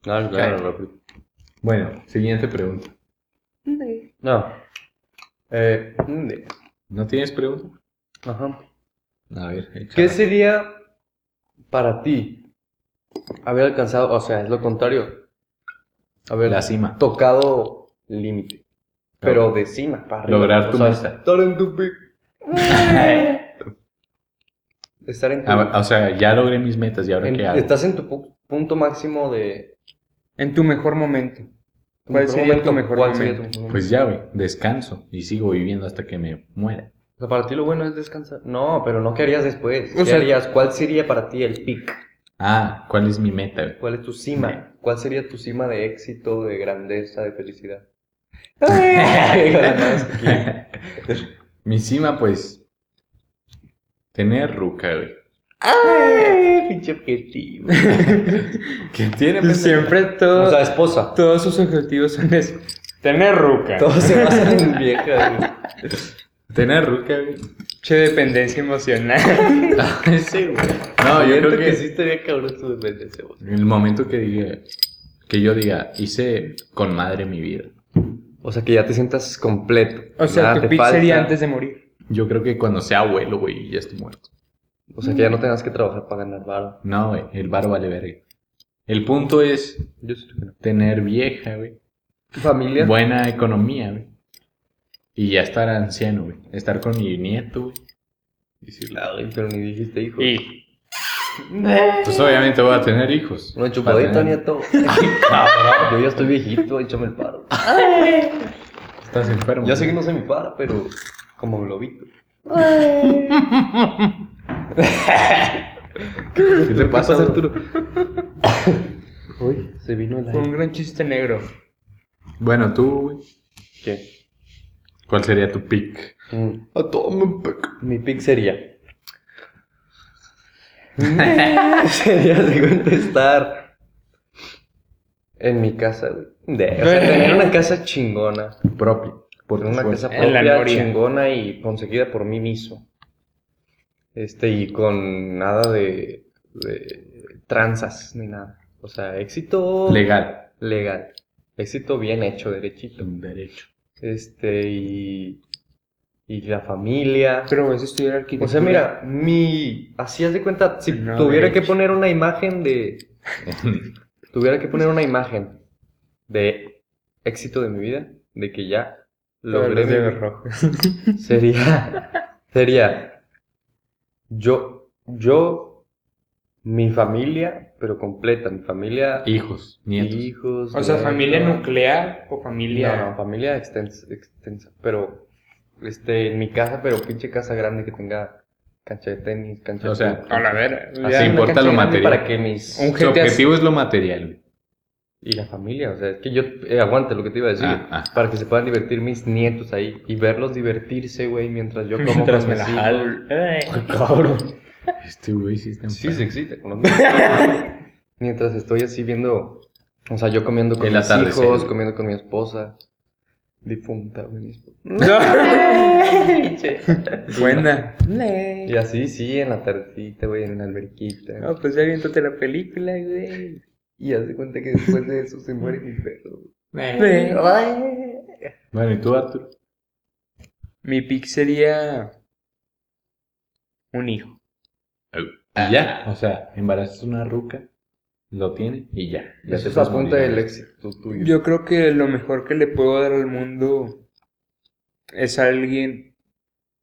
Speaker 1: No, claro, rápido.
Speaker 2: Bueno, siguiente pregunta.
Speaker 1: No. Eh, de-
Speaker 2: ¿No tienes pregunta?
Speaker 1: ajá.
Speaker 2: A ver, échala.
Speaker 1: ¿Qué sería para ti haber alcanzado, o sea, es lo contrario, haber
Speaker 2: La cima.
Speaker 1: tocado límite, pero de cima para arriba.
Speaker 2: Lograr tu
Speaker 1: O sea,
Speaker 2: meta.
Speaker 1: Estar en tu pic. Estar en tu
Speaker 2: Ah, O sea, ya logré mis metas y ahora
Speaker 1: en-
Speaker 2: qué hago.
Speaker 1: estás en tu pu- punto máximo de.
Speaker 3: En tu mejor momento.
Speaker 1: tu
Speaker 3: ¿Cuál
Speaker 1: mejor
Speaker 3: sería tu mejor
Speaker 1: ¿Cuál sería tu
Speaker 3: momento?
Speaker 1: mejor
Speaker 2: Pues ya, güey, descanso y sigo viviendo hasta que me muera.
Speaker 1: momento? O sea, para ti lo bueno es descansar. No, pero no, ¿qué harías después?
Speaker 3: O
Speaker 1: ¿Qué
Speaker 3: sea-
Speaker 1: harías? ¿Cuál sería para ti el pic?
Speaker 2: Ah, ¿cuál es mi meta, güey?
Speaker 1: ¿Cuál es tu cima? ¿Cuál sería tu cima de éxito, de grandeza, de felicidad?
Speaker 2: Mi cima, pues. Tener ruca, güey.
Speaker 1: ¡Ay! Pinche objetivo.
Speaker 2: Que tiene pendejo?
Speaker 3: Siempre todo-
Speaker 1: O sea, esposa.
Speaker 3: todos sus objetivos son eso. Tener ruca.
Speaker 1: Todo se basa en vieja, güey.
Speaker 2: Tener ruca, güey.
Speaker 3: Che dependencia emocional.
Speaker 2: sí, güey. No, yo
Speaker 1: Siento
Speaker 2: creo que,
Speaker 1: sí estaría cabrón tu dependencia, güey.
Speaker 2: El momento que diga. Que yo diga, hice con madre mi vida.
Speaker 1: O sea, que ya te sientas completo.
Speaker 3: O sea,
Speaker 1: Nada
Speaker 3: tu
Speaker 1: te
Speaker 3: pick
Speaker 1: falta.
Speaker 3: sería antes de morir.
Speaker 2: Yo creo que cuando sea abuelo, güey, ya estoy muerto.
Speaker 1: O sea, que ya no tengas que trabajar para ganar varo.
Speaker 2: No, güey, el bar vale verga. El punto es
Speaker 1: Yo siento que no.
Speaker 2: tener vieja, güey.
Speaker 1: ¿Tu familia?
Speaker 2: Buena economía, güey. Y ya estar anciano, güey. Estar con mi nieto, güey. Decirle,
Speaker 1: Ay, pero ni dijiste hijo.
Speaker 3: Y
Speaker 2: Pues obviamente voy a tener hijos.
Speaker 1: Una chupadita,
Speaker 2: Para tener-
Speaker 1: nieto. Yo ya estoy viejito, échame el paro.
Speaker 2: Estás enfermo.
Speaker 1: Ya sé que no se me para, pero como globito.
Speaker 2: ¿Qué te pasa,
Speaker 1: pasa,
Speaker 2: Arturo?
Speaker 1: Uy, se vino el
Speaker 3: un gran chiste negro.
Speaker 2: Bueno, tú, güey.
Speaker 1: ¿Qué?
Speaker 2: ¿Cuál sería tu pick?
Speaker 1: Mm,
Speaker 2: A todo me pick.
Speaker 1: Mi pick sería. sería de contestar. En mi casa, güey. De- o sea, tener una casa chingona.
Speaker 2: Propio. Por
Speaker 1: Por una
Speaker 2: tu
Speaker 1: casa
Speaker 2: esfuerzo.
Speaker 3: En la
Speaker 1: propia,
Speaker 3: noria.
Speaker 1: chingona y conseguida por mí mismo. Este, y con nada de, de tranzas ni nada. O sea, éxito
Speaker 2: Legal.
Speaker 1: legal. Éxito bien hecho, derechito.
Speaker 2: Derecho.
Speaker 1: Este, y, y la familia.
Speaker 3: Pero vas a estudiar arquitectura.
Speaker 1: O sea, mira, mi. Así haz de cuenta, si
Speaker 3: No,
Speaker 1: tuviera que
Speaker 3: derecho.
Speaker 1: poner una imagen de. Tuviera que poner una imagen de éxito de mi vida, de que ya logré
Speaker 3: logré
Speaker 1: mi
Speaker 3: de rojo.
Speaker 1: Sería, sería yo, yo, mi familia, pero completa, mi familia,
Speaker 2: Hijos, nietos.
Speaker 1: hijos.
Speaker 3: O sea,
Speaker 1: nietos.
Speaker 3: familia nuclear o familia.
Speaker 1: No, no, familia extensa, extensa, pero este, en mi casa, pero pinche casa grande que tenga cancha de tenis, cancha de
Speaker 2: O sea,
Speaker 1: fútbol.
Speaker 3: A la ver.
Speaker 1: Una
Speaker 2: así importa
Speaker 1: cancha
Speaker 2: lo
Speaker 1: grande
Speaker 2: material.
Speaker 1: Para que mis
Speaker 3: Un
Speaker 2: Tu
Speaker 3: GTA
Speaker 2: objetivo es lo material, güey.
Speaker 1: y la familia, o sea, es que yo eh, aguante lo que te iba a decir,
Speaker 2: Ah, ah.
Speaker 1: para que se puedan divertir mis nietos ahí y verlos divertirse, güey, mientras yo como
Speaker 3: Mientras
Speaker 1: con
Speaker 3: me
Speaker 1: mis
Speaker 3: la
Speaker 1: hijos.
Speaker 3: jalo.
Speaker 1: Ay, Cabrón.
Speaker 2: Este güey sí está
Speaker 1: Sí,
Speaker 2: enfermo.
Speaker 1: se excita con los Mientras estoy así viendo, o sea, yo comiendo con
Speaker 2: El
Speaker 1: mis
Speaker 2: atardecer.
Speaker 1: hijos, comiendo con mi esposa. Difunta, güey, mi esposa.
Speaker 3: Buena.
Speaker 1: Y así, sí, en la tardecita, güey, en la alberquita.
Speaker 3: No, pues ya viéndote la película, güey.
Speaker 1: Y hace cuenta que después de eso se muere mi perro. güey.
Speaker 3: Ve.
Speaker 2: Bueno, ¿y tú, Arturo?
Speaker 3: Mi pick sería. Un hijo.
Speaker 1: Ah.
Speaker 2: Y ya, o sea, embarazas una ruca, lo tiene y ya. Ya
Speaker 1: Eso
Speaker 2: te
Speaker 1: es la
Speaker 2: puedes
Speaker 1: punta
Speaker 2: morir.
Speaker 1: del éxito tuyo.
Speaker 3: Yo creo que lo mejor que le puedo dar al mundo es a alguien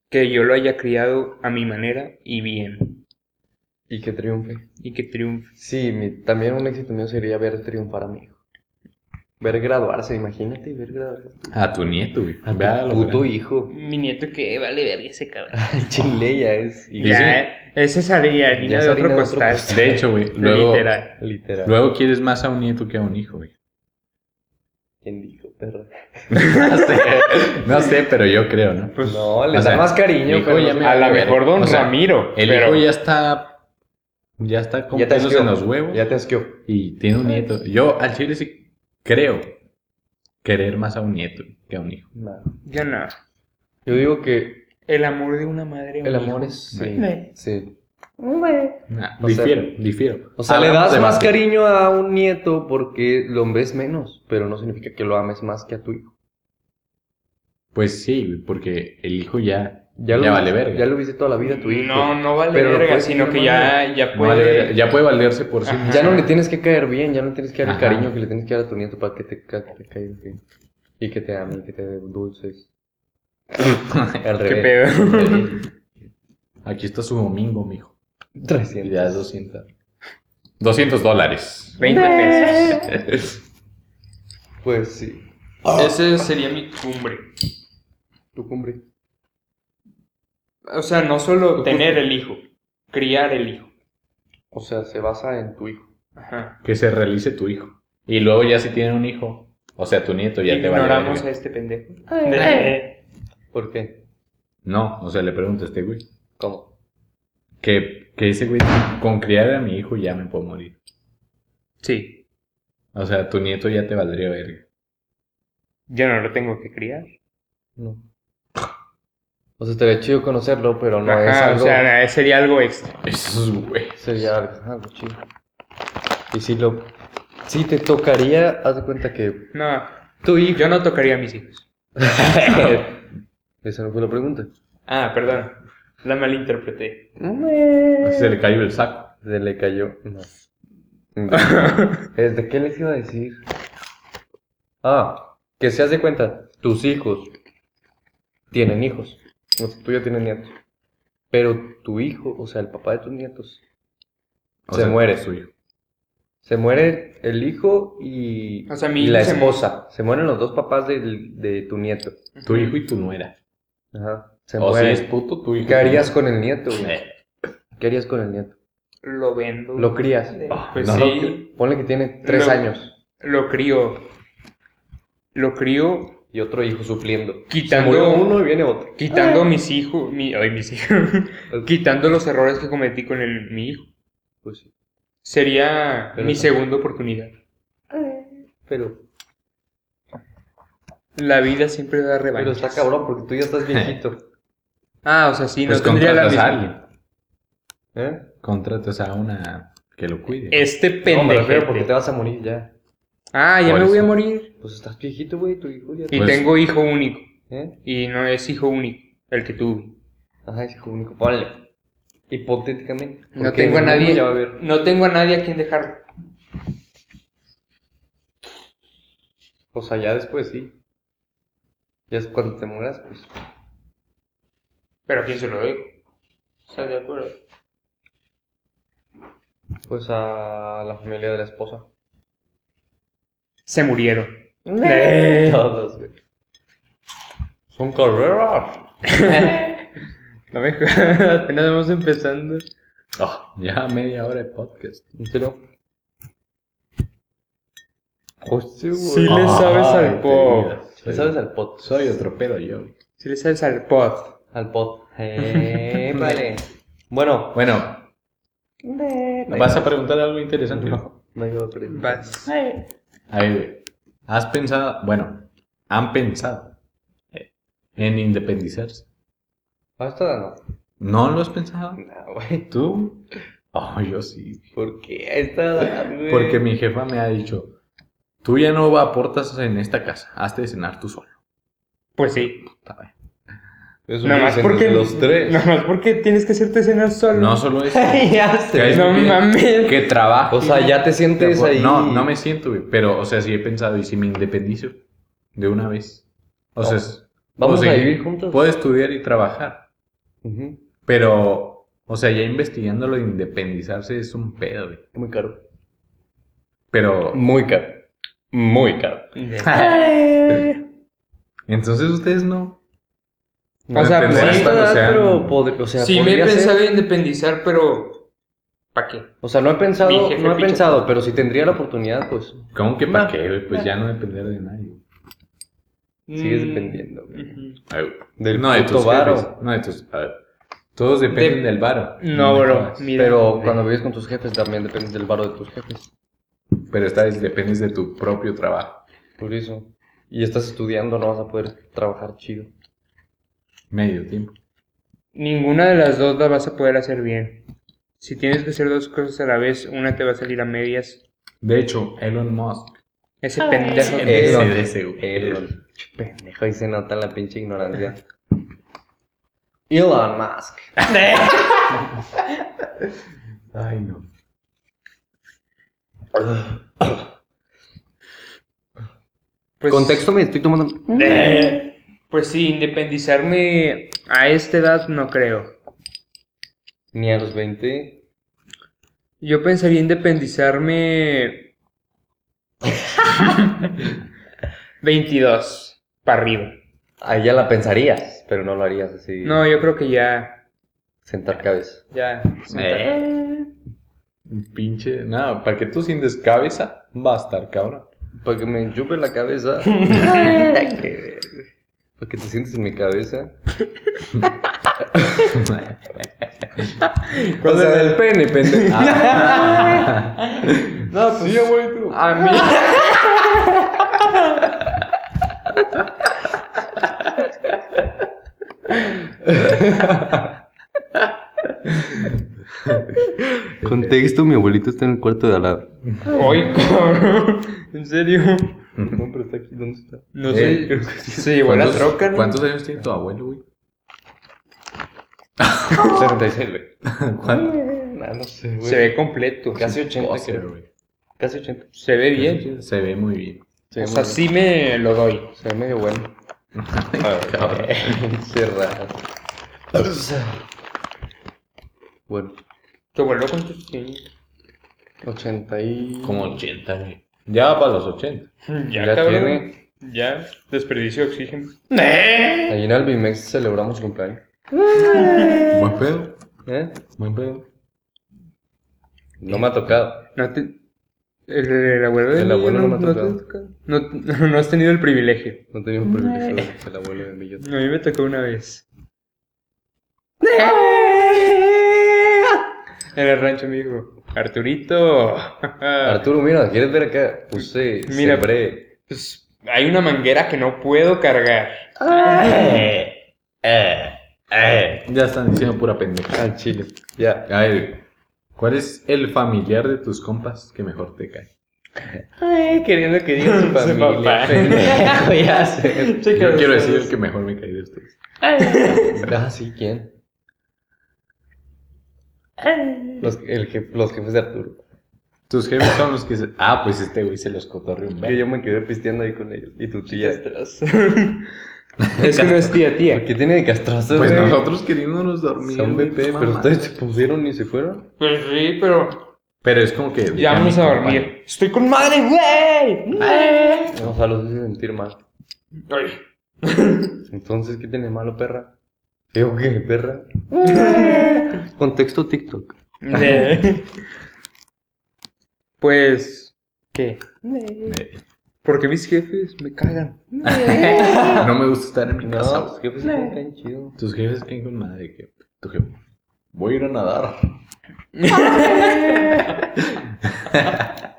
Speaker 3: que yo lo haya criado a mi manera y bien.
Speaker 1: Y que triunfe.
Speaker 3: Y que triunfe.
Speaker 1: Sí, mi- también un éxito mío sería ver triunfar a mi hijo. Ver graduarse, imagínate, ver graduarse.
Speaker 2: A tu nieto, güey.
Speaker 1: A
Speaker 2: Ve a
Speaker 1: tu
Speaker 2: lo
Speaker 1: puto
Speaker 2: grande.
Speaker 1: hijo.
Speaker 3: Mi nieto que vale verga ese cabrón.
Speaker 1: Chile ya es.
Speaker 2: Y sí.
Speaker 3: Ya, eh, ese es harina
Speaker 1: Ya es
Speaker 3: de otro
Speaker 1: harina de otro
Speaker 3: costal.
Speaker 1: costal.
Speaker 2: De hecho, güey, luego,
Speaker 3: Literal.
Speaker 1: Literal.
Speaker 2: luego quieres más a un nieto que a un hijo, güey.
Speaker 1: ¿Quién dijo, perro?
Speaker 2: No sé, no sé, pero yo creo, ¿no?
Speaker 3: Pues,
Speaker 1: no, le
Speaker 2: o
Speaker 1: da
Speaker 2: sea,
Speaker 1: más cariño,
Speaker 2: hijo
Speaker 1: pero
Speaker 2: ya
Speaker 1: no-
Speaker 2: me-
Speaker 3: a lo mejor don
Speaker 2: O sea,
Speaker 3: Ramiro.
Speaker 2: El
Speaker 3: pero-
Speaker 2: hijo ya está, ya está con
Speaker 1: ya te
Speaker 2: pelos
Speaker 1: asqueó.
Speaker 2: en los huevos
Speaker 1: Ya te asqueó.
Speaker 2: y tiene un nieto. Yo al chile sí creo querer más a un nieto que a un hijo.
Speaker 1: No.
Speaker 3: Yo no.
Speaker 1: Yo digo que
Speaker 3: El amor de una madre. a un
Speaker 1: el
Speaker 3: hijo.
Speaker 1: amor es. Sí.
Speaker 3: Ve.
Speaker 1: sí.
Speaker 2: Nah,
Speaker 1: O sea,
Speaker 2: difiero, difiero.
Speaker 1: O sea, le
Speaker 2: Hablamos
Speaker 1: das
Speaker 2: de
Speaker 1: más
Speaker 2: base.
Speaker 1: cariño a un nieto porque lo ves menos, pero no significa que lo ames más que a tu hijo.
Speaker 2: Pues sí, güey, porque el hijo ya,
Speaker 1: Ya
Speaker 2: ya,
Speaker 1: lo,
Speaker 2: vale verga.
Speaker 1: Ya lo viste toda la vida a tu hijo.
Speaker 3: No, no vale
Speaker 1: Pero lo
Speaker 3: verga,
Speaker 1: puedes
Speaker 3: sino que
Speaker 1: decir
Speaker 3: ya, ya
Speaker 2: No vale
Speaker 3: puede.
Speaker 2: verga. Ya puede valerse por sí.
Speaker 3: Ajá.
Speaker 2: mismo.
Speaker 1: Ya no le tienes que caer bien, ya no le tienes que dar el
Speaker 2: Ajá.
Speaker 1: cariño que le tienes que dar a tu nieto para que te, ca- que te caiga bien. Y que te ame, y que te dé dulces. Al
Speaker 3: ¿Qué
Speaker 1: revés.
Speaker 3: pedo?
Speaker 2: Aquí está su domingo, mijo.
Speaker 1: 300.
Speaker 2: Y ya es 200. 200 dólares.
Speaker 3: 20 pesos.
Speaker 1: Pues sí.
Speaker 3: Ese sería mi cumbre.
Speaker 1: Tu cumbre.
Speaker 3: O sea, no solo tener el hijo, criar el hijo.
Speaker 1: O sea, se basa en tu hijo.
Speaker 3: Ajá.
Speaker 2: Que se realice tu hijo. Y luego ya si tienen un hijo, O sea, tu nieto ya te va a
Speaker 3: Ignoramos a
Speaker 2: llevar.
Speaker 3: este pendejo.
Speaker 1: De- ¿Por qué?
Speaker 2: No, o sea, le pregunto a este güey.
Speaker 1: ¿Cómo?
Speaker 2: Que, que ese güey, con criar a mi hijo ya me puedo morir.
Speaker 3: Sí,
Speaker 2: O sea, tu nieto ya te valdría verga.
Speaker 3: yo no lo tengo que criar.
Speaker 1: No. O sea, estaría chido conocerlo, pero no es
Speaker 3: Ajá,
Speaker 1: algo...
Speaker 3: o sea, sería algo extra.
Speaker 2: Esos güey.
Speaker 1: Sería algo, algo chido. Y si lo... Si te tocaría, haz de cuenta que
Speaker 3: No,
Speaker 1: tu hijo...
Speaker 3: yo no tocaría a mis hijos.
Speaker 1: Esa no fue la pregunta.
Speaker 3: Ah, perdón, la malinterpreté.
Speaker 2: Se le cayó el saco.
Speaker 1: Se le cayó. No. ¿Desde qué les iba a decir? Ah, que se hace cuenta, tus hijos tienen hijos. Los tuyos tienen nietos. Pero tu hijo, o sea, el papá de tus nietos,
Speaker 2: O
Speaker 1: Se
Speaker 2: sea,
Speaker 1: muere.
Speaker 2: Su hijo.
Speaker 1: se muere el hijo y,
Speaker 3: O sea, mi
Speaker 1: y la
Speaker 3: hijo se mu-
Speaker 1: esposa. Se mueren los dos papás del- de, tu nieto.
Speaker 2: Tu hijo y tu nuera.
Speaker 1: Ajá. Se
Speaker 2: o si
Speaker 1: muere.
Speaker 2: es puto, tu hijo.
Speaker 1: ¿Qué harías con el nieto, güey?
Speaker 2: Eh,
Speaker 1: ¿Qué harías con el nieto?
Speaker 3: Lo vendo.
Speaker 1: Lo crías.
Speaker 3: Pues
Speaker 2: oh, No,
Speaker 3: sí,
Speaker 1: Ponle que tiene tres
Speaker 3: Lo-
Speaker 1: años
Speaker 3: lo crío. Lo crío
Speaker 1: y otro hijo supliendo. Se
Speaker 3: quitando...
Speaker 1: murió uno y viene otro.
Speaker 3: Quitando mis hijos, mi, ay, mis hijos, quitando los errores que cometí con el, mi hijo,
Speaker 1: Pues sí.
Speaker 3: sería
Speaker 1: Pero
Speaker 3: mi
Speaker 1: no.
Speaker 3: segunda oportunidad.
Speaker 1: Pero,
Speaker 3: La vida siempre da
Speaker 1: pero
Speaker 3: revancha.
Speaker 1: está cabrón porque tú ya estás viejito.
Speaker 3: Ah, o sea, sí,
Speaker 2: pues
Speaker 3: no tendría la
Speaker 2: contratas a
Speaker 3: misma.
Speaker 2: alguien.
Speaker 1: ¿Eh?
Speaker 2: Contratas a una que lo cuide.
Speaker 3: Este
Speaker 1: No, me refiero
Speaker 3: pendejo.
Speaker 1: porque te vas a morir ya.
Speaker 3: Ah, ya
Speaker 2: Por
Speaker 3: me voy a
Speaker 2: eso.
Speaker 3: morir.
Speaker 1: Pues estás viejito, güey, tu hijo ya.
Speaker 3: Y
Speaker 2: Pues-
Speaker 3: tengo hijo único.
Speaker 1: ¿Eh?
Speaker 3: Y no es hijo único el que tuve.
Speaker 1: Ajá, es hijo único. Ponle. Hipotéticamente.
Speaker 3: No
Speaker 1: Porque
Speaker 3: tengo a
Speaker 1: ninguno
Speaker 3: nadie.
Speaker 1: Ya va a haber.
Speaker 3: No tengo a nadie a quien dejarlo.
Speaker 1: O sea, ya después sí. Ya es cuando te mueras, pues.
Speaker 3: Pero a quién se lo doy. ¿Estás de acuerdo?
Speaker 1: Pues a la familia de la esposa.
Speaker 3: Se murieron.
Speaker 1: Todos, güey. Son carreras.
Speaker 3: No me apenas vamos empezando.
Speaker 2: Oh, ya media hora de podcast.
Speaker 1: ¿En serio? Hostia, Pues güey.
Speaker 3: Sí le sabes al
Speaker 2: te
Speaker 3: pop.
Speaker 2: olvidas.
Speaker 1: Le
Speaker 2: Soy-
Speaker 1: sabes al pot.
Speaker 2: Soy otro pedo yo.
Speaker 3: Si le sales al pod.
Speaker 1: Al pot. Eh, vale. Bueno,
Speaker 2: Bueno, ¿vas a preguntar algo interesante?
Speaker 1: no hay otra.
Speaker 3: Vas.
Speaker 2: A ver, güey, ¿has pensado, bueno, han pensado eh, en independizarse?
Speaker 1: Hasta no.
Speaker 2: ¿No lo has pensado?
Speaker 1: No, güey.
Speaker 2: ¿Tú? Oh, yo sí.
Speaker 1: ¿Por qué? A esta edad, güey.
Speaker 2: Porque mi jefa me ha dicho, tú ya no aportas en esta casa, hazte de cenar tú solo.
Speaker 3: Pues sí.
Speaker 2: Está bien.
Speaker 1: Eso
Speaker 3: Nada más
Speaker 1: dicen
Speaker 3: porque.
Speaker 1: Los tres.
Speaker 3: Nada más porque tienes que hacerte cenas solo.
Speaker 2: No solo eso,
Speaker 1: ya sé.
Speaker 2: es
Speaker 3: No
Speaker 2: bien.
Speaker 3: mames.
Speaker 2: que trabajo.
Speaker 1: O sea, ya te sientes ahí.
Speaker 2: No, no me siento, güey, pero, o sea, sí he pensado, ¿y si me independizo de una vez? O
Speaker 1: Oh.
Speaker 2: sea, es-
Speaker 1: Vamos
Speaker 2: o sea,
Speaker 1: a vivir juntos.
Speaker 2: Puedo estudiar y trabajar.
Speaker 1: Ujú.
Speaker 2: Pero, o sea, ya investigando lo de independizarse es un pedo, güey.
Speaker 1: Muy caro.
Speaker 2: Pero,
Speaker 1: Muy caro. Muy caro.
Speaker 2: Eh. entonces ustedes no.
Speaker 3: O sea,
Speaker 2: dependerá
Speaker 3: pues sí,
Speaker 2: hasta cuando sean-
Speaker 1: pero pod- o sea,
Speaker 3: sí, me he
Speaker 1: podría ser.
Speaker 3: pensado independizar, pero. ¿Para qué?
Speaker 1: O sea, no he pensado,
Speaker 3: Mi jefe
Speaker 1: no he
Speaker 3: picha.
Speaker 1: pensado, pero si tendría la oportunidad, pues
Speaker 2: ¿Cómo que para
Speaker 1: No.
Speaker 2: qué, güey? Pues ya no depender de nadie.
Speaker 1: sigues
Speaker 3: Mm,
Speaker 1: dependiendo. güey.
Speaker 3: ujú.
Speaker 2: Ay, güey.
Speaker 1: Del
Speaker 2: no, de
Speaker 1: puto
Speaker 2: tus
Speaker 1: varo.
Speaker 2: jefes, No, de tus. a ver, todos dependen
Speaker 3: De-
Speaker 2: del varo.
Speaker 3: No,
Speaker 2: me
Speaker 3: bro.
Speaker 2: jodas.
Speaker 3: Mira. eh.
Speaker 1: Pero cuando vives con tus jefes también depende del varo de tus jefes.
Speaker 2: Pero esta vez dependes de tu propio trabajo.
Speaker 1: Por eso. Y estás estudiando, no vas a poder trabajar chido.
Speaker 2: Medio tiempo.
Speaker 3: Ninguna de las dos la vas a poder hacer bien. Si tienes que hacer dos cosas a la vez, una te va a salir a medias.
Speaker 2: De hecho, Elon Musk.
Speaker 3: Ese pendejo.
Speaker 1: Elon.
Speaker 3: ese-
Speaker 2: Ese, de ese, güey.
Speaker 1: Elon. Pendejo, ahí se nota la pinche ignorancia. Elon Musk.
Speaker 2: Ay, no.
Speaker 3: Pues,
Speaker 1: Contexto, me estoy tomando.
Speaker 3: Eh, Pues sí, independizarme a esta edad no creo.
Speaker 1: Ni a los 20.
Speaker 3: Yo pensaría independizarme 22 para arriba.
Speaker 1: Ahí ya la pensarías, pero no lo harías así.
Speaker 3: No, yo creo que ya
Speaker 1: Sentar cabeza.
Speaker 3: ya
Speaker 2: Eh. Un Pinche. Nada, para que tú sin descabeza va a estar, cabrón.
Speaker 1: Para que me enchupe la cabeza. Para que te sientes en mi cabeza. O sea, del pene, pendejo. no, pues sí, güey, tú.
Speaker 3: A mí.
Speaker 1: Contexto, mi abuelito está en el cuarto de al lado.
Speaker 3: Hoy, cabrón. En serio.
Speaker 1: No, pero está aquí, ¿dónde está?
Speaker 3: No sé.
Speaker 2: Eh,
Speaker 3: creo que sí. Se llevó la
Speaker 2: ¿Cuántos-
Speaker 3: troca, ¿no?
Speaker 2: ¿Cuántos años tiene tu abuelo, güey?
Speaker 1: 76, güey.
Speaker 2: ¿Cuántos?
Speaker 1: Nah, no sé, güey.
Speaker 3: Se ve completo.
Speaker 1: Casi 80,
Speaker 2: Póster,
Speaker 1: creo.
Speaker 2: güey.
Speaker 1: Casi 80.
Speaker 3: Se ve bien.
Speaker 2: Se ve muy bien.
Speaker 1: Se ve
Speaker 3: o sea,
Speaker 1: muy
Speaker 3: sí me lo doy.
Speaker 1: bien. Se ve medio bueno.
Speaker 2: Cabrón.
Speaker 1: Cerrado. Bueno,
Speaker 3: ¿Tu abuelo cuántos tiene?
Speaker 1: 80 y...
Speaker 2: Como 80, güey. Ya va para los 80.
Speaker 1: Ya, tiene.
Speaker 3: Mm, Ya. Desperdicio de oxígeno.
Speaker 1: Allí en Albimex celebramos su cumpleaños.
Speaker 2: Buen pedo.
Speaker 1: ¿Eh?
Speaker 2: Buen pedo.
Speaker 1: No me ha tocado.
Speaker 3: No te... El, el abuelo de
Speaker 1: El
Speaker 3: mí
Speaker 1: abuelo no me ha
Speaker 3: te
Speaker 1: tocado.
Speaker 3: tocado. No, no has tenido el privilegio.
Speaker 1: No tenía un privilegio el abuelo de mi yo.
Speaker 3: A mí me tocó una vez. En el rancho, amigo. Arturito.
Speaker 1: Arturo, mira, ¿quieres ver acá? Puse,
Speaker 3: Mira.
Speaker 1: sembré.
Speaker 3: Pues, hay una manguera que no puedo cargar.
Speaker 1: Eh,
Speaker 2: Ya están diciendo pura pendeja.
Speaker 1: Al chile. Ya.
Speaker 2: A ver, ¿cuál es el familiar de tus compas que mejor te cae?
Speaker 1: Ay, queriendo que diga su
Speaker 3: papá.
Speaker 1: Pendejo, ya sé.
Speaker 2: Yo quiero decir el que mejor me cae de ustedes.
Speaker 1: Ah, sí, ¿quién? Los, el jef- los jefes de Arturo.
Speaker 2: Tus jefes son los que se... Ah, pues este güey se los cotorreó un
Speaker 1: Que
Speaker 2: vergo.
Speaker 1: yo me quedé pisteando ahí con ellos. Y tu tía.
Speaker 3: Es que no es tía, tía.
Speaker 1: ¿Qué tiene de castroso?
Speaker 2: Pues
Speaker 1: güey?
Speaker 2: nosotros queriéndonos dormir.
Speaker 1: Son
Speaker 2: güey,
Speaker 1: BP,
Speaker 2: tu
Speaker 1: pero
Speaker 2: mamá.
Speaker 1: ustedes se pusieron y se fueron.
Speaker 3: Pues sí, pero
Speaker 2: Pero es como que...
Speaker 3: ya vamos
Speaker 2: mi
Speaker 3: a
Speaker 2: compa-
Speaker 3: dormir. Estoy con madre, güey. Ay.
Speaker 1: O sea, los hice sentir mal. Entonces, ¿qué tiene de malo, perra? Digo, ¿qué, perra? Contexto TikTok.
Speaker 3: Ne. Pues, ¿qué?
Speaker 2: Eh,
Speaker 3: Porque mis
Speaker 1: Pues
Speaker 3: jefes me cagan.
Speaker 2: No me gusta estar en mi casa.
Speaker 1: No, pues,
Speaker 2: güey.
Speaker 1: los jefes
Speaker 3: Eh.
Speaker 1: son tan chido.
Speaker 2: Tus jefes caen con madre. Que... Tu jefe... Voy a ir a nadar.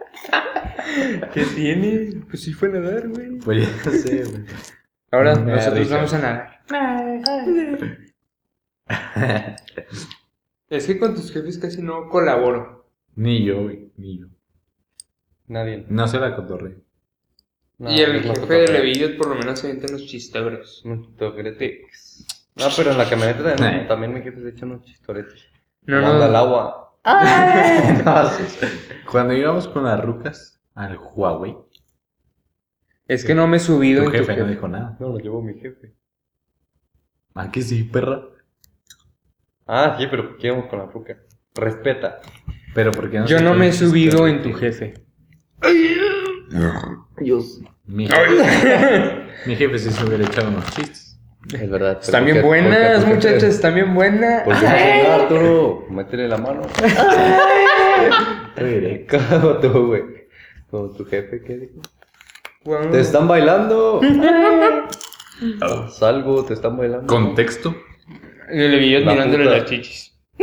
Speaker 3: ¿Qué tiene? Pues sí fue a nadar, güey.
Speaker 2: Pues ya sé, güey.
Speaker 3: Ahora
Speaker 1: Mm,
Speaker 2: Me da
Speaker 3: nosotros
Speaker 2: risa.
Speaker 3: vamos a nadar. Es que con tus jefes casi no colaboro.
Speaker 2: Ni yo, güey. Ni yo.
Speaker 1: Nadie.
Speaker 2: No se la cotorreo.
Speaker 1: No,
Speaker 3: y el
Speaker 1: es más
Speaker 3: jefe de
Speaker 1: cotorreo.
Speaker 3: Levillo por lo menos se avienta unos chistoreros.
Speaker 1: Unos chistoretes. No, pero en la camioneta también,
Speaker 2: Eh.
Speaker 1: también me quedé hecho unos chistoretes.
Speaker 3: No,
Speaker 1: Manda al
Speaker 3: no.
Speaker 1: agua.
Speaker 2: Cuando íbamos con las rucas al Huawei,
Speaker 3: Es que no me he subido
Speaker 2: tu
Speaker 3: en tu
Speaker 2: jefe no
Speaker 3: jefe.
Speaker 2: dijo nada.
Speaker 1: No, lo llevó mi jefe.
Speaker 2: ¿A que sí, perra?
Speaker 1: Ah, sí, pero ¿qué íbamos con la fruca? Respeta.
Speaker 2: Pero porque
Speaker 3: Yo no me he subido en tu jefe.
Speaker 1: Dios.
Speaker 2: Mi jefe, mi jefe sí se hubiera echado unos chistes.
Speaker 1: Es verdad. pero
Speaker 3: Están bien
Speaker 1: porque-
Speaker 3: buenas,
Speaker 1: porque- porque-
Speaker 3: muchachas, están bien buenas.
Speaker 1: ¿Por qué no haces nada, Arturo? Métele la mano. Como tú, güey. Como tu jefe, ¿qué dijo?
Speaker 3: Guau.
Speaker 1: ¡Te están bailando! Salgo, te están bailando.
Speaker 2: Contexto.
Speaker 3: Y Le vi yo
Speaker 1: La
Speaker 3: mirándole
Speaker 1: puta.
Speaker 3: las chichis.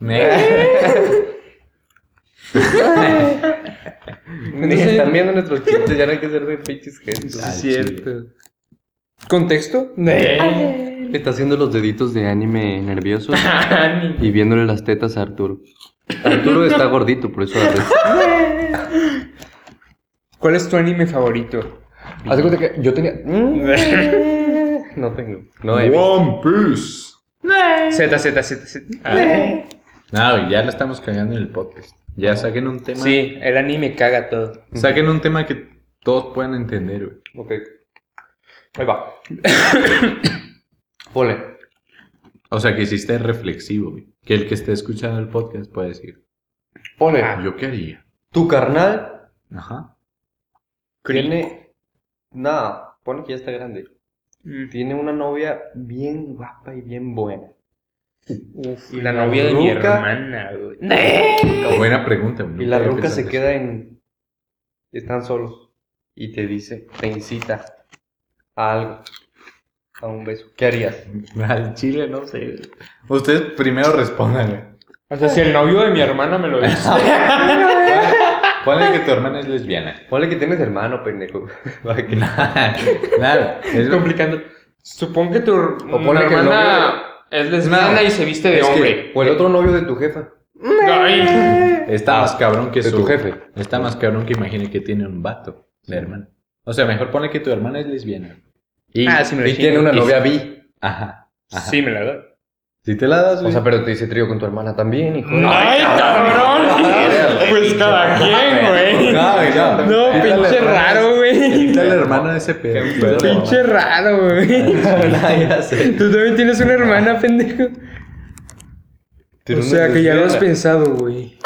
Speaker 3: Eh.
Speaker 2: Ne-
Speaker 1: Ni Están viendo nuestros chistes, ya no hay que ser de pinches
Speaker 3: Sí,
Speaker 1: gestos.
Speaker 2: Al
Speaker 3: es cierto. ¿Contexto? No.
Speaker 1: Está haciendo los deditos de anime nervioso y viéndole las tetas a Arturo. Arturo está gordito, por eso
Speaker 3: ¿Cuál es tu anime favorito?
Speaker 1: Hace cuenta que yo tenía. Mm, No tengo. No he visto.
Speaker 2: One Piece.
Speaker 3: Z, Z, Z, Z. Ah.
Speaker 2: No, güey, ya la estamos cagando en el podcast. Ya saquen un tema.
Speaker 3: Sí, el anime caga todo.
Speaker 2: Saquen un tema que todos puedan entender, güey.
Speaker 1: Ok. Ahí va. Ponle.
Speaker 2: O sea, que sí esté reflexivo, güey. Que el que esté escuchando el podcast pueda decir,
Speaker 1: Ponle.
Speaker 2: ¿yo qué haría?
Speaker 1: Ah. Tu carnal
Speaker 2: Ajá.
Speaker 1: Tiene. Nada, pone que ya está grande.
Speaker 3: Mm.
Speaker 1: Tiene una novia bien guapa y bien buena. Uf,
Speaker 3: Y la novia de mi
Speaker 1: ruca-
Speaker 3: hermana, güey.
Speaker 2: Buena pregunta, güey.
Speaker 1: Y la
Speaker 2: Nunca había
Speaker 1: ruca se
Speaker 2: pensado
Speaker 1: queda en. Están solos. Y te dice, te incita a algo. A un beso. ¿Qué harías?
Speaker 2: eso. Al chile, no sé. Ustedes primero respondan, güey.
Speaker 3: O sea, si el novio de mi hermana me lo dice.
Speaker 2: Ponle que tu hermana es lesbiana.
Speaker 1: Ponle que tienes hermano, pendejo. Para que-
Speaker 2: Claro, es,
Speaker 1: complicando.
Speaker 3: Supongo que tu
Speaker 1: ponle que el
Speaker 3: hermana es lesbiana
Speaker 2: No.
Speaker 3: y se viste de
Speaker 2: Es que-
Speaker 3: hombre.
Speaker 1: O el otro novio de tu jefa.
Speaker 3: Ay.
Speaker 2: está más cabrón que
Speaker 1: Ah, de
Speaker 2: su
Speaker 1: tu jefe.
Speaker 2: Está más cabrón que imagine que tiene un vato, la hermana. O sea, mejor ponle que tu hermana es lesbiana.
Speaker 1: Y,
Speaker 3: Ah, sí me lo
Speaker 1: y
Speaker 3: imagino.
Speaker 1: tiene una
Speaker 3: Y-
Speaker 1: novia bi.
Speaker 2: Ajá. Ajá.
Speaker 3: Sí, me la da.
Speaker 2: Si te la das,
Speaker 1: O
Speaker 2: güey.
Speaker 1: sea, pero te dice trío con tu hermana también, hijo.
Speaker 3: ¡Ay, cabrón! Pues cada quien, güey.
Speaker 2: No, güey, no.
Speaker 3: No,
Speaker 2: Quítale
Speaker 3: pinche
Speaker 2: hermana.
Speaker 3: raro, güey.
Speaker 2: Quítale hermana de ese pedo.
Speaker 1: Qué pedo.
Speaker 3: Pinche raro, güey.
Speaker 2: ya sé.
Speaker 3: Tú también tienes una hermana, pendejo. O sea, que ya lo has pensado, güey.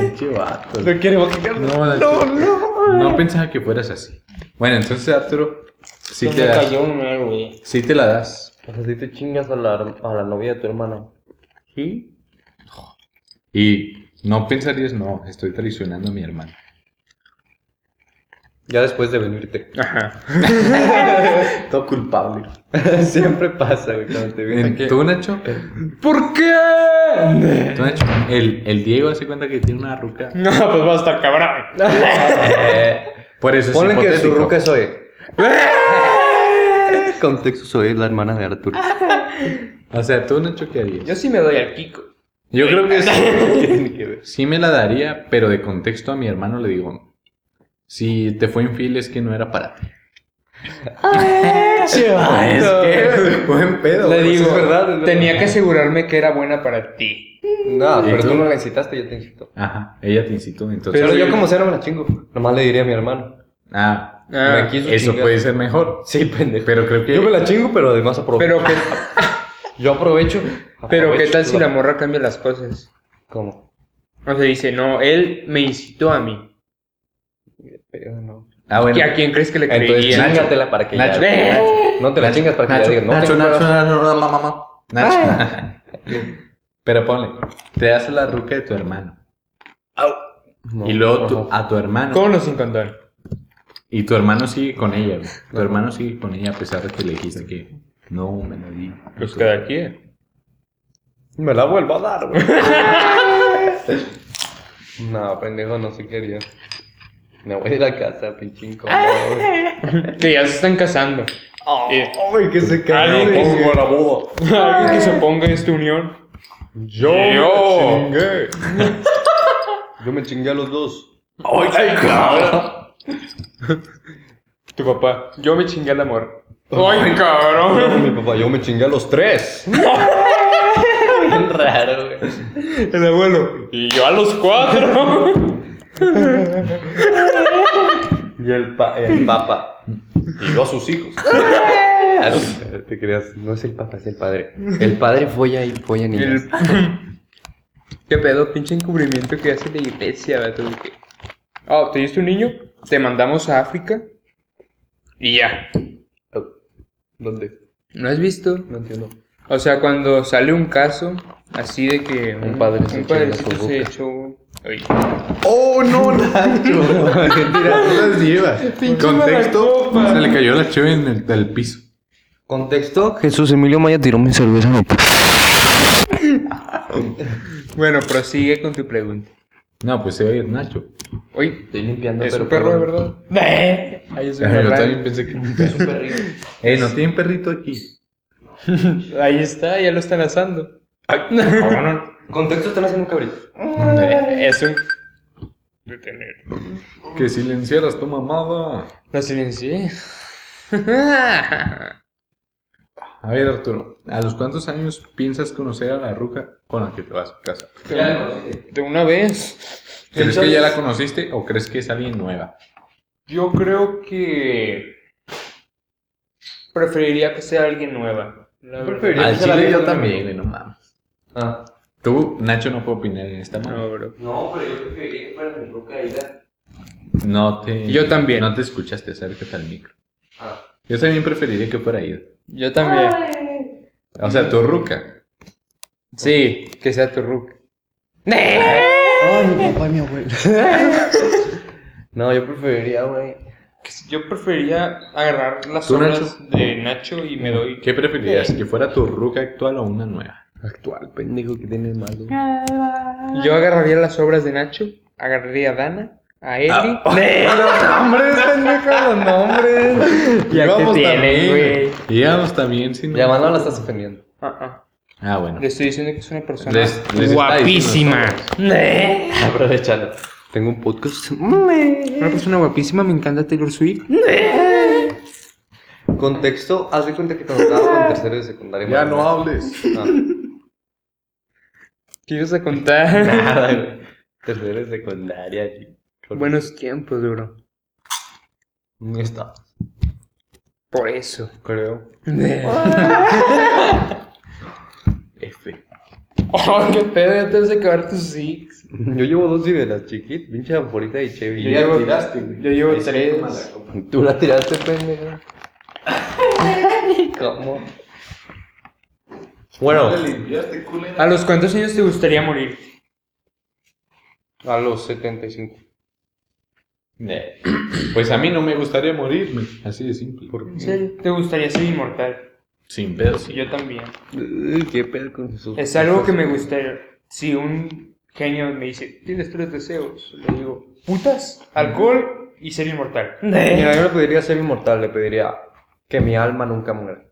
Speaker 2: Pinche vato.
Speaker 1: No quiere bajar.
Speaker 2: No, no, no. No pensaba que fueras así. Bueno, entonces, Arturo, si te, das,
Speaker 3: una, güey.
Speaker 2: sí te la das.
Speaker 1: O sea, si te chingas a la, a la novia de tu hermana.
Speaker 3: ¿Sí?
Speaker 2: Y no pensarías, no, estoy traicionando a mi hermana.
Speaker 1: Ya después de venirte.
Speaker 3: Ajá.
Speaker 1: Todo culpable. Siempre pasa, güey, cuando te vienen
Speaker 2: En-
Speaker 1: aquí.
Speaker 2: ¿Tú, Nacho?
Speaker 3: ¿Por qué?
Speaker 2: ¿Tú, Nacho? El, el Diego hace cuenta que tiene una ruca. eh,
Speaker 3: No, pues va a estar cabrón.
Speaker 2: Por eso es
Speaker 1: Ponle que su
Speaker 2: hipotético.
Speaker 1: ruca es Zoe. Contexto Zoe es la hermana de Arturo.
Speaker 2: O sea, ¿tú, Nacho, qué harías?
Speaker 3: Yo sí me doy al pico.
Speaker 2: Yo creo que sí,
Speaker 1: ¿Qué tiene que ver?
Speaker 2: sí me la daría, pero de contexto a mi hermano le digo, si te fue infiel es que no era para ti.
Speaker 1: es que-
Speaker 2: Ah, buen pedo.
Speaker 3: Le
Speaker 1: pues,
Speaker 3: digo,
Speaker 1: es verdad, es
Speaker 3: tenía
Speaker 1: verdad.
Speaker 3: que asegurarme que era buena para ti.
Speaker 1: No,
Speaker 2: ¿Y
Speaker 1: pero
Speaker 2: tú?
Speaker 1: tú no la incitaste, yo te incito.
Speaker 2: Ajá, ella te incitó, entonces...
Speaker 1: Pero yo como sea no me la chingo. Nomás le diría a mi hermano.
Speaker 2: Ah,
Speaker 3: Ah,
Speaker 1: Me quiso
Speaker 2: eso
Speaker 1: chingar.
Speaker 2: puede ser mejor.
Speaker 1: Sí, pendejo.
Speaker 2: Pero creo que...
Speaker 1: Yo me la chingo, pero además aprovecho.
Speaker 3: Pero que,
Speaker 1: Yo aprovecho.
Speaker 3: pero qué
Speaker 1: Aprovecho.
Speaker 3: tal si la morra cambia las cosas.
Speaker 1: ¿Cómo?
Speaker 3: O sea, dice, no, él me incitó a mí.
Speaker 1: Pero no.
Speaker 2: Ah, bueno.
Speaker 3: ¿Y a quién crees que le
Speaker 2: Entonces,
Speaker 3: creía?
Speaker 2: Nacho.
Speaker 1: Chingatela para que
Speaker 2: Nacho.
Speaker 1: ya-
Speaker 3: Eh.
Speaker 1: No te la chingas para que
Speaker 2: Nacho,
Speaker 1: ya digas, no
Speaker 2: Nacho,
Speaker 1: tengo
Speaker 2: Nacho,
Speaker 1: pruebas.
Speaker 2: Nacho, Nacho, mamá, mamá. Nacho. Pero ponle, te das a la ruca de tu hermano.
Speaker 1: No,
Speaker 2: y luego tú-
Speaker 1: ajá.
Speaker 2: a tu hermano.
Speaker 3: ¿Cómo nos encontraron?
Speaker 2: Y tu hermano sigue con ella, güey. Tu hermano sigue con ella a pesar de que le dijiste que no me lo di.
Speaker 3: Pues cada quien.
Speaker 1: Me la vuelvo a dar, güey. no, pendejo, no sé qué haría. Me voy de la casa, pinche incómodo, güey.
Speaker 3: Que ya se están casando. Eh,
Speaker 1: Ay, que se
Speaker 3: Ay,
Speaker 1: cae.
Speaker 3: que se-
Speaker 1: la boda.
Speaker 3: Alguien que se oponga a esta unión.
Speaker 1: Yo
Speaker 3: Yo.
Speaker 1: me chingué. Yo me chingué a los dos.
Speaker 3: ¡Ay, cabrón! Tu papá. Yo me chingué al amor. ¡Ay,
Speaker 1: No,
Speaker 3: cabrón!
Speaker 1: mi papá, yo me chingué a los tres. Bien raro, güey.
Speaker 3: El abuelo. Y yo a los cuatro.
Speaker 1: Y el, pa- el papa. Y yo a sus hijos. Te creas, no es el papa, es el padre. El padre folla y folla niñas.
Speaker 3: El- ¿Qué pedo? Pinche encubrimiento que hace la iglesia, vato. de que, Ah, ¿te diste un niño? Te mandamos a África. Y ya.
Speaker 1: ¿Dónde?
Speaker 3: ¿No has visto?
Speaker 1: No entiendo.
Speaker 3: O sea, cuando sale un caso así de que un,
Speaker 1: padre se chinga
Speaker 3: un padrecito
Speaker 1: su
Speaker 3: se
Speaker 1: boca.
Speaker 3: echó. Ay.
Speaker 2: ¡Oh, no, Nacho! Mira, tú las llevas. Contexto, se le cayó la chave en el, del piso.
Speaker 1: Contexto, Jesús Emilio Maya tiró mi cerveza no.
Speaker 3: Bueno, prosigue con tu pregunta.
Speaker 2: No, pues se va a ir Nacho.
Speaker 3: Oye,
Speaker 1: Estoy limpiando,
Speaker 3: es
Speaker 1: pero
Speaker 3: un perro, de
Speaker 1: perdón.
Speaker 3: ¿verdad? Ahí es un
Speaker 2: Yo
Speaker 3: perro.
Speaker 2: también pensé que...
Speaker 1: Es un perrito.
Speaker 2: Eh, ¿no tienen perrito aquí?
Speaker 3: Ahí está, ya lo están asando.
Speaker 1: Contexto, están haciendo un cabrito.
Speaker 3: Eh, es un. Detener.
Speaker 2: Que silenciaras tu mamada.
Speaker 3: No silencié.
Speaker 2: A ver, Arturo, ¿a los cuántos años piensas conocer a la ruca con la que te vas a casa?
Speaker 3: De una vez.
Speaker 2: ¿Crees que
Speaker 1: Entonces-
Speaker 2: ya la conociste o crees que es alguien nueva?
Speaker 3: Yo creo que. Preferiría que sea alguien nueva. La verdad.
Speaker 1: Preferiría- Al chile yo también,
Speaker 2: no mames.
Speaker 1: Ah.
Speaker 2: Tú, Nacho, no puedo opinar en esta mano.
Speaker 3: No, bro.
Speaker 1: No, pero yo preferiría que fuera mi roca
Speaker 2: No te...
Speaker 3: Yo también.
Speaker 2: No te escuchaste, acércate al micro.
Speaker 1: Ah.
Speaker 3: Ah.
Speaker 2: Yo también preferiría que fuera ida.
Speaker 3: Yo también.
Speaker 2: O sea, tu ruca.
Speaker 3: Sí, que sea tu rook.
Speaker 4: Ay, mi papá y mi abuelo.
Speaker 1: No, yo preferiría, güey.
Speaker 3: Que si- Yo preferiría agarrar las
Speaker 2: ¿Tú,
Speaker 3: horas
Speaker 2: Nacho?
Speaker 3: de Nacho y me doy.
Speaker 2: ¿Qué preferirías? ¿Que fuera tu ruca actual o una nueva?
Speaker 1: Actual, pendejo, que tienes malo.
Speaker 3: Yo agarraría las obras de Nacho, agarraría a Dana, a Eli.
Speaker 1: Ah. los nombres, pendejo, los nombres.
Speaker 3: Ya
Speaker 2: Íbamos
Speaker 3: te tienen,
Speaker 2: también.
Speaker 3: güey.
Speaker 2: Íbamos también sin.
Speaker 1: Llamando la estás ofendiendo.
Speaker 3: Ah, ah.
Speaker 2: Ah, bueno.
Speaker 3: Le estoy diciendo que es una persona
Speaker 2: Les- les está diciendo
Speaker 3: guapísima.
Speaker 1: Aprovechalo. Tengo un podcast
Speaker 3: Una persona guapísima, me encanta Taylor Swift.
Speaker 1: Contexto, haz de cuenta que cuando estaba en tercero de secundaria.
Speaker 2: Ya
Speaker 1: güey,
Speaker 2: no hables.
Speaker 1: no.
Speaker 3: ¿Qué ibas a contar?
Speaker 1: Ah, Nada, güey. Tercero de secundaria. güey.
Speaker 3: Buenos tiempos, bro.
Speaker 1: No está.
Speaker 3: Por eso.
Speaker 1: Creo.
Speaker 2: F.
Speaker 3: Oh, qué pedo, ya te vas a acabar tus six.
Speaker 1: Yo llevo dos y de las chiquitas, pinche anforita y Chevy.
Speaker 3: Yo llevo- yo llevo tres.
Speaker 1: Tú la tiraste, pendejo. ¿Cómo? Bueno,
Speaker 3: ¿A los cuántos años te gustaría morir? A los 75.
Speaker 2: Pues a mí no me gustaría morirme. Así de simple.
Speaker 3: ¿En serio? ¿Te gustaría ser inmortal?
Speaker 2: Sin pedos.
Speaker 3: Sí, yo también.
Speaker 1: Uy, qué pedo con Jesús.
Speaker 3: Es algo que me gustaría. Si un genio me dice, tienes tres deseos, le digo, putas, alcohol y ser inmortal.
Speaker 1: Mira, yo le pediría ser inmortal, le pediría que mi alma nunca muera.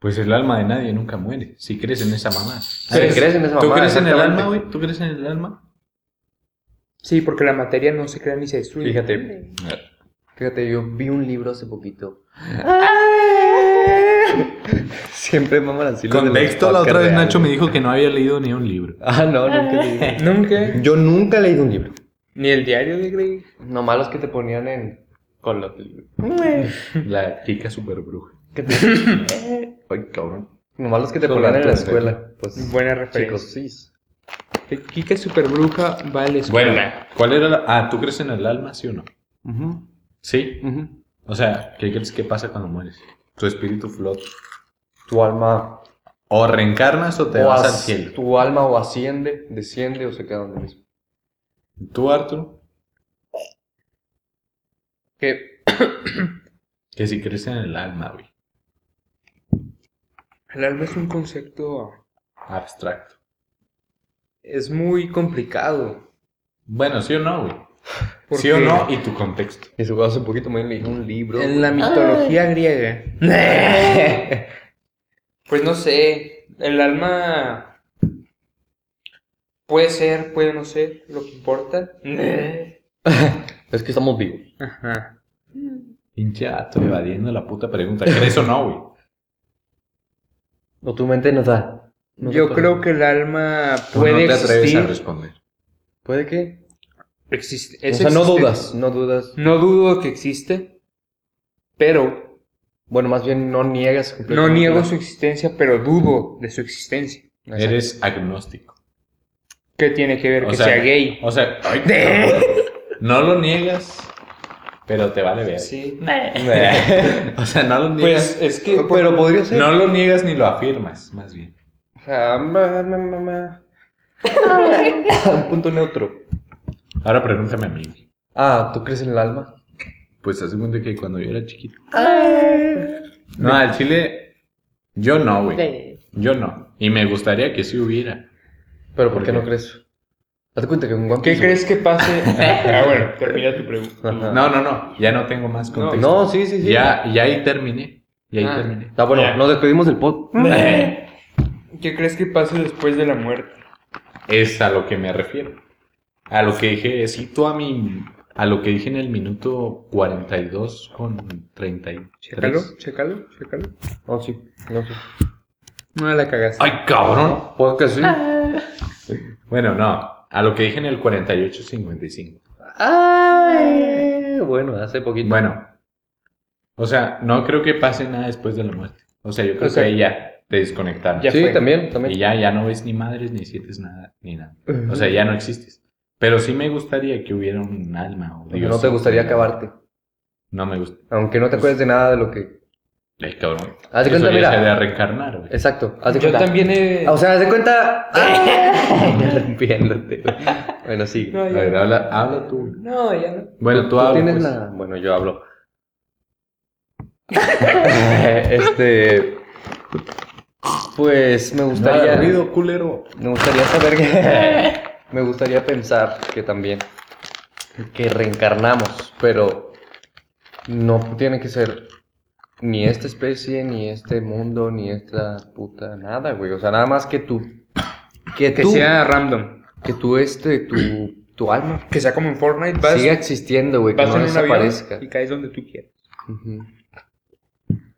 Speaker 2: Pues el alma de nadie nunca muere. Si crees en esa mamá.
Speaker 1: Si crees en esa
Speaker 2: ¿Tú
Speaker 1: mamá,
Speaker 2: crees en el
Speaker 1: exactamente.
Speaker 2: alma, güey? ¿Tú crees en el alma?
Speaker 3: Sí, porque la materia no se crea ni se destruye.
Speaker 1: Fíjate, fíjate, yo vi un libro hace poquito. Siempre maman así los de los
Speaker 2: Contexto, la otra
Speaker 1: podcasts
Speaker 2: vez
Speaker 1: reales.
Speaker 2: Nacho me dijo que no había leído ni un libro.
Speaker 1: Ah, no, nunca he leído.
Speaker 3: Nunca.
Speaker 1: Yo nunca he leído un libro.
Speaker 3: Ni el diario de Grey.
Speaker 1: Nomás los que te ponían en... Con los libros.
Speaker 2: La chica super bruja.
Speaker 1: Que te-
Speaker 2: Ay, cabrón.
Speaker 1: Nomás los que te
Speaker 2: Son
Speaker 1: ponían en la
Speaker 2: datos,
Speaker 1: escuela. Pues,
Speaker 3: Buena
Speaker 1: chicos,
Speaker 3: referencia.
Speaker 1: sí.
Speaker 3: Kika Superbruja va a la escuela.
Speaker 2: Bueno, ¿cuál era la...? Ah, ¿tú crees en el alma, sí o no?
Speaker 1: Ujú,
Speaker 2: Sí.
Speaker 1: ujú.
Speaker 2: O sea, ¿qué crees que pasa cuando mueres? Tu espíritu flota.
Speaker 1: Tu alma...
Speaker 2: O reencarnas o te
Speaker 1: o
Speaker 2: vas
Speaker 1: as-
Speaker 2: al cielo.
Speaker 1: Tu alma o asciende, desciende o se queda donde mismo.
Speaker 2: ¿Tú, Arturo?
Speaker 3: Que
Speaker 2: Que si crees en el alma, güey.
Speaker 3: el alma es un concepto.
Speaker 2: Abstracto.
Speaker 3: Es muy complicado.
Speaker 2: Bueno, sí o no, güey. Sí
Speaker 3: porque
Speaker 2: o no y tu contexto.
Speaker 1: Y su- hace poquito me leí un libro.
Speaker 3: En la mitología griega. Pues no sé. El alma. Puede ser, puede no ser, lo que importa.
Speaker 1: Es que estamos vivos.
Speaker 3: Ajá.
Speaker 2: Pinche vato evadiendo la puta pregunta. ¿Crees o no, güey?
Speaker 1: O tu mente nos da. no
Speaker 3: Yo
Speaker 1: te-
Speaker 3: creo que el alma
Speaker 2: Tú
Speaker 3: puede
Speaker 2: no te atreves a
Speaker 3: existir.
Speaker 2: responder.
Speaker 1: ¿Puede que?
Speaker 3: Existe,
Speaker 1: O
Speaker 3: es
Speaker 1: sea, no
Speaker 3: existente.
Speaker 1: dudas, no dudas.
Speaker 3: No dudo que existe, pero
Speaker 1: Bueno, más bien no niegas
Speaker 3: no
Speaker 1: completamente.
Speaker 3: niego su existencia, pero dudo de su existencia.
Speaker 1: Exacto.
Speaker 2: Eres agnóstico.
Speaker 3: ¿Qué tiene que ver
Speaker 2: O
Speaker 3: que
Speaker 2: sea-
Speaker 3: sea gay?
Speaker 2: O sea, ay, no lo niegas, pero te vale ver.
Speaker 3: Sí.
Speaker 2: o sea, no lo niegas.
Speaker 3: Pues es que
Speaker 1: Pero podría ser.
Speaker 2: no lo niegas ni lo afirmas, más bien.
Speaker 1: Ah, ma, ma, ma, ma. Un punto neutro.
Speaker 2: Ahora pregúntame a mí.
Speaker 1: Ah, ¿tú crees en el alma?
Speaker 2: Pues hace cuenta que cuando yo era chiquito. No, al chile, yo no, güey. Yo no. Y me gustaría que sí hubiera.
Speaker 1: Pero ¿por
Speaker 2: ¿Por
Speaker 1: qué no
Speaker 2: qué?
Speaker 1: crees? Date cuenta que un One
Speaker 3: ¿qué
Speaker 1: Piece,
Speaker 3: crees que pase? Ah, bueno, termina tu pregunta.
Speaker 1: güey. Ajá.
Speaker 2: No, no, no. Ya no tengo más
Speaker 3: No,
Speaker 2: contexto.
Speaker 1: No, sí, sí, sí.
Speaker 2: Ya, ya ahí terminé. Ya ahí
Speaker 3: Ah.
Speaker 2: terminé.
Speaker 1: Ah, bueno,
Speaker 3: Ya.
Speaker 1: nos despedimos del pod.
Speaker 3: ¿Qué crees que pase después de la muerte?
Speaker 2: Es a lo que me refiero. A lo que dije, cito a mi. A lo que dije en el minuto 42 con 33.
Speaker 3: Chécalo, chécalo, chécalo.
Speaker 1: No, sí. No, sí.
Speaker 3: No la cagaste.
Speaker 2: ¡Ay, cabrón!
Speaker 1: Puede que sí.
Speaker 2: Bueno, no. A lo que dije en el 48-55.
Speaker 1: Ay, bueno, hace poquito.
Speaker 2: Bueno. O sea, no creo que pase nada después de la muerte. O sea, yo creo
Speaker 3: O sea,
Speaker 2: que ahí ya te desconectaron.
Speaker 3: ya
Speaker 1: sí,
Speaker 3: fue.
Speaker 1: también, también.
Speaker 2: Y ya, ya no ves ni madres, ni sientes nada, ni nada. O sea, ya no existes. Pero sí me gustaría que hubiera un alma o Dios.
Speaker 1: no te gustaría acabarte.
Speaker 2: No me gusta.
Speaker 1: Aunque no te acuerdes de nada de lo que
Speaker 2: Ay, cabrón.
Speaker 1: Haz de
Speaker 2: Eso
Speaker 1: cuenta,
Speaker 2: ya
Speaker 1: mira.
Speaker 2: se debe reencarnar, güey.
Speaker 1: Exacto, haz de
Speaker 5: Yo
Speaker 1: cuenta.
Speaker 5: también he...
Speaker 3: Ah,
Speaker 1: O sea, haz de cuenta. ¡ah! Ay, Arrepiéndote. güey. Bueno, sí.
Speaker 5: No,
Speaker 2: A
Speaker 5: ya
Speaker 2: ver,
Speaker 5: no.
Speaker 2: habla, habla tú.
Speaker 5: No, ya no.
Speaker 2: Bueno, tú, habla,
Speaker 1: tienes
Speaker 2: pues.
Speaker 1: la- Bueno, yo hablo. este. Pues me
Speaker 2: Nada de
Speaker 1: gustaría.
Speaker 2: ruido, culero.
Speaker 1: Me gustaría saber que. me gustaría pensar que también. Que reencarnamos, pero. No tiene que ser ni esta especie, ni este mundo, ni esta puta nada, güey. O sea, nada más que tú. Que,
Speaker 3: Que
Speaker 1: tú.
Speaker 3: sea random.
Speaker 1: Que tú, este, tu, tu alma
Speaker 3: Que sea como en Fortnite, vas,
Speaker 1: siga existiendo, güey. Que
Speaker 3: vas
Speaker 1: no
Speaker 3: en un avión
Speaker 1: desaparezca.
Speaker 3: y caes donde tú quieras.
Speaker 1: Ujú.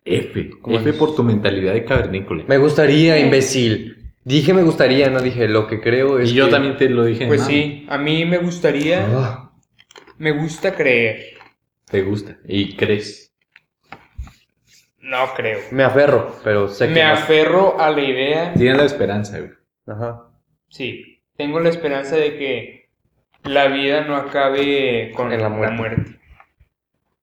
Speaker 2: F.
Speaker 1: ¿Cómo
Speaker 2: F
Speaker 1: es?
Speaker 2: por tu mentalidad de cavernícola.
Speaker 1: Me gustaría, imbécil. Dije me gustaría, no dije lo que creo es
Speaker 2: Y yo
Speaker 1: que-
Speaker 2: también te lo dije.
Speaker 3: Pues
Speaker 2: ¿no?
Speaker 3: sí, a mí me gustaría,
Speaker 1: Ah,
Speaker 3: me gusta creer.
Speaker 2: Te gusta. Y crees.
Speaker 3: No creo.
Speaker 1: me aferro, pero sé que
Speaker 3: Me
Speaker 1: no.
Speaker 3: aferro a la idea.
Speaker 2: Tienes la esperanza, güey.
Speaker 1: Ajá.
Speaker 3: Sí, tengo la esperanza de que la vida no acabe con
Speaker 1: En la
Speaker 3: la
Speaker 1: muerte.
Speaker 3: muerte.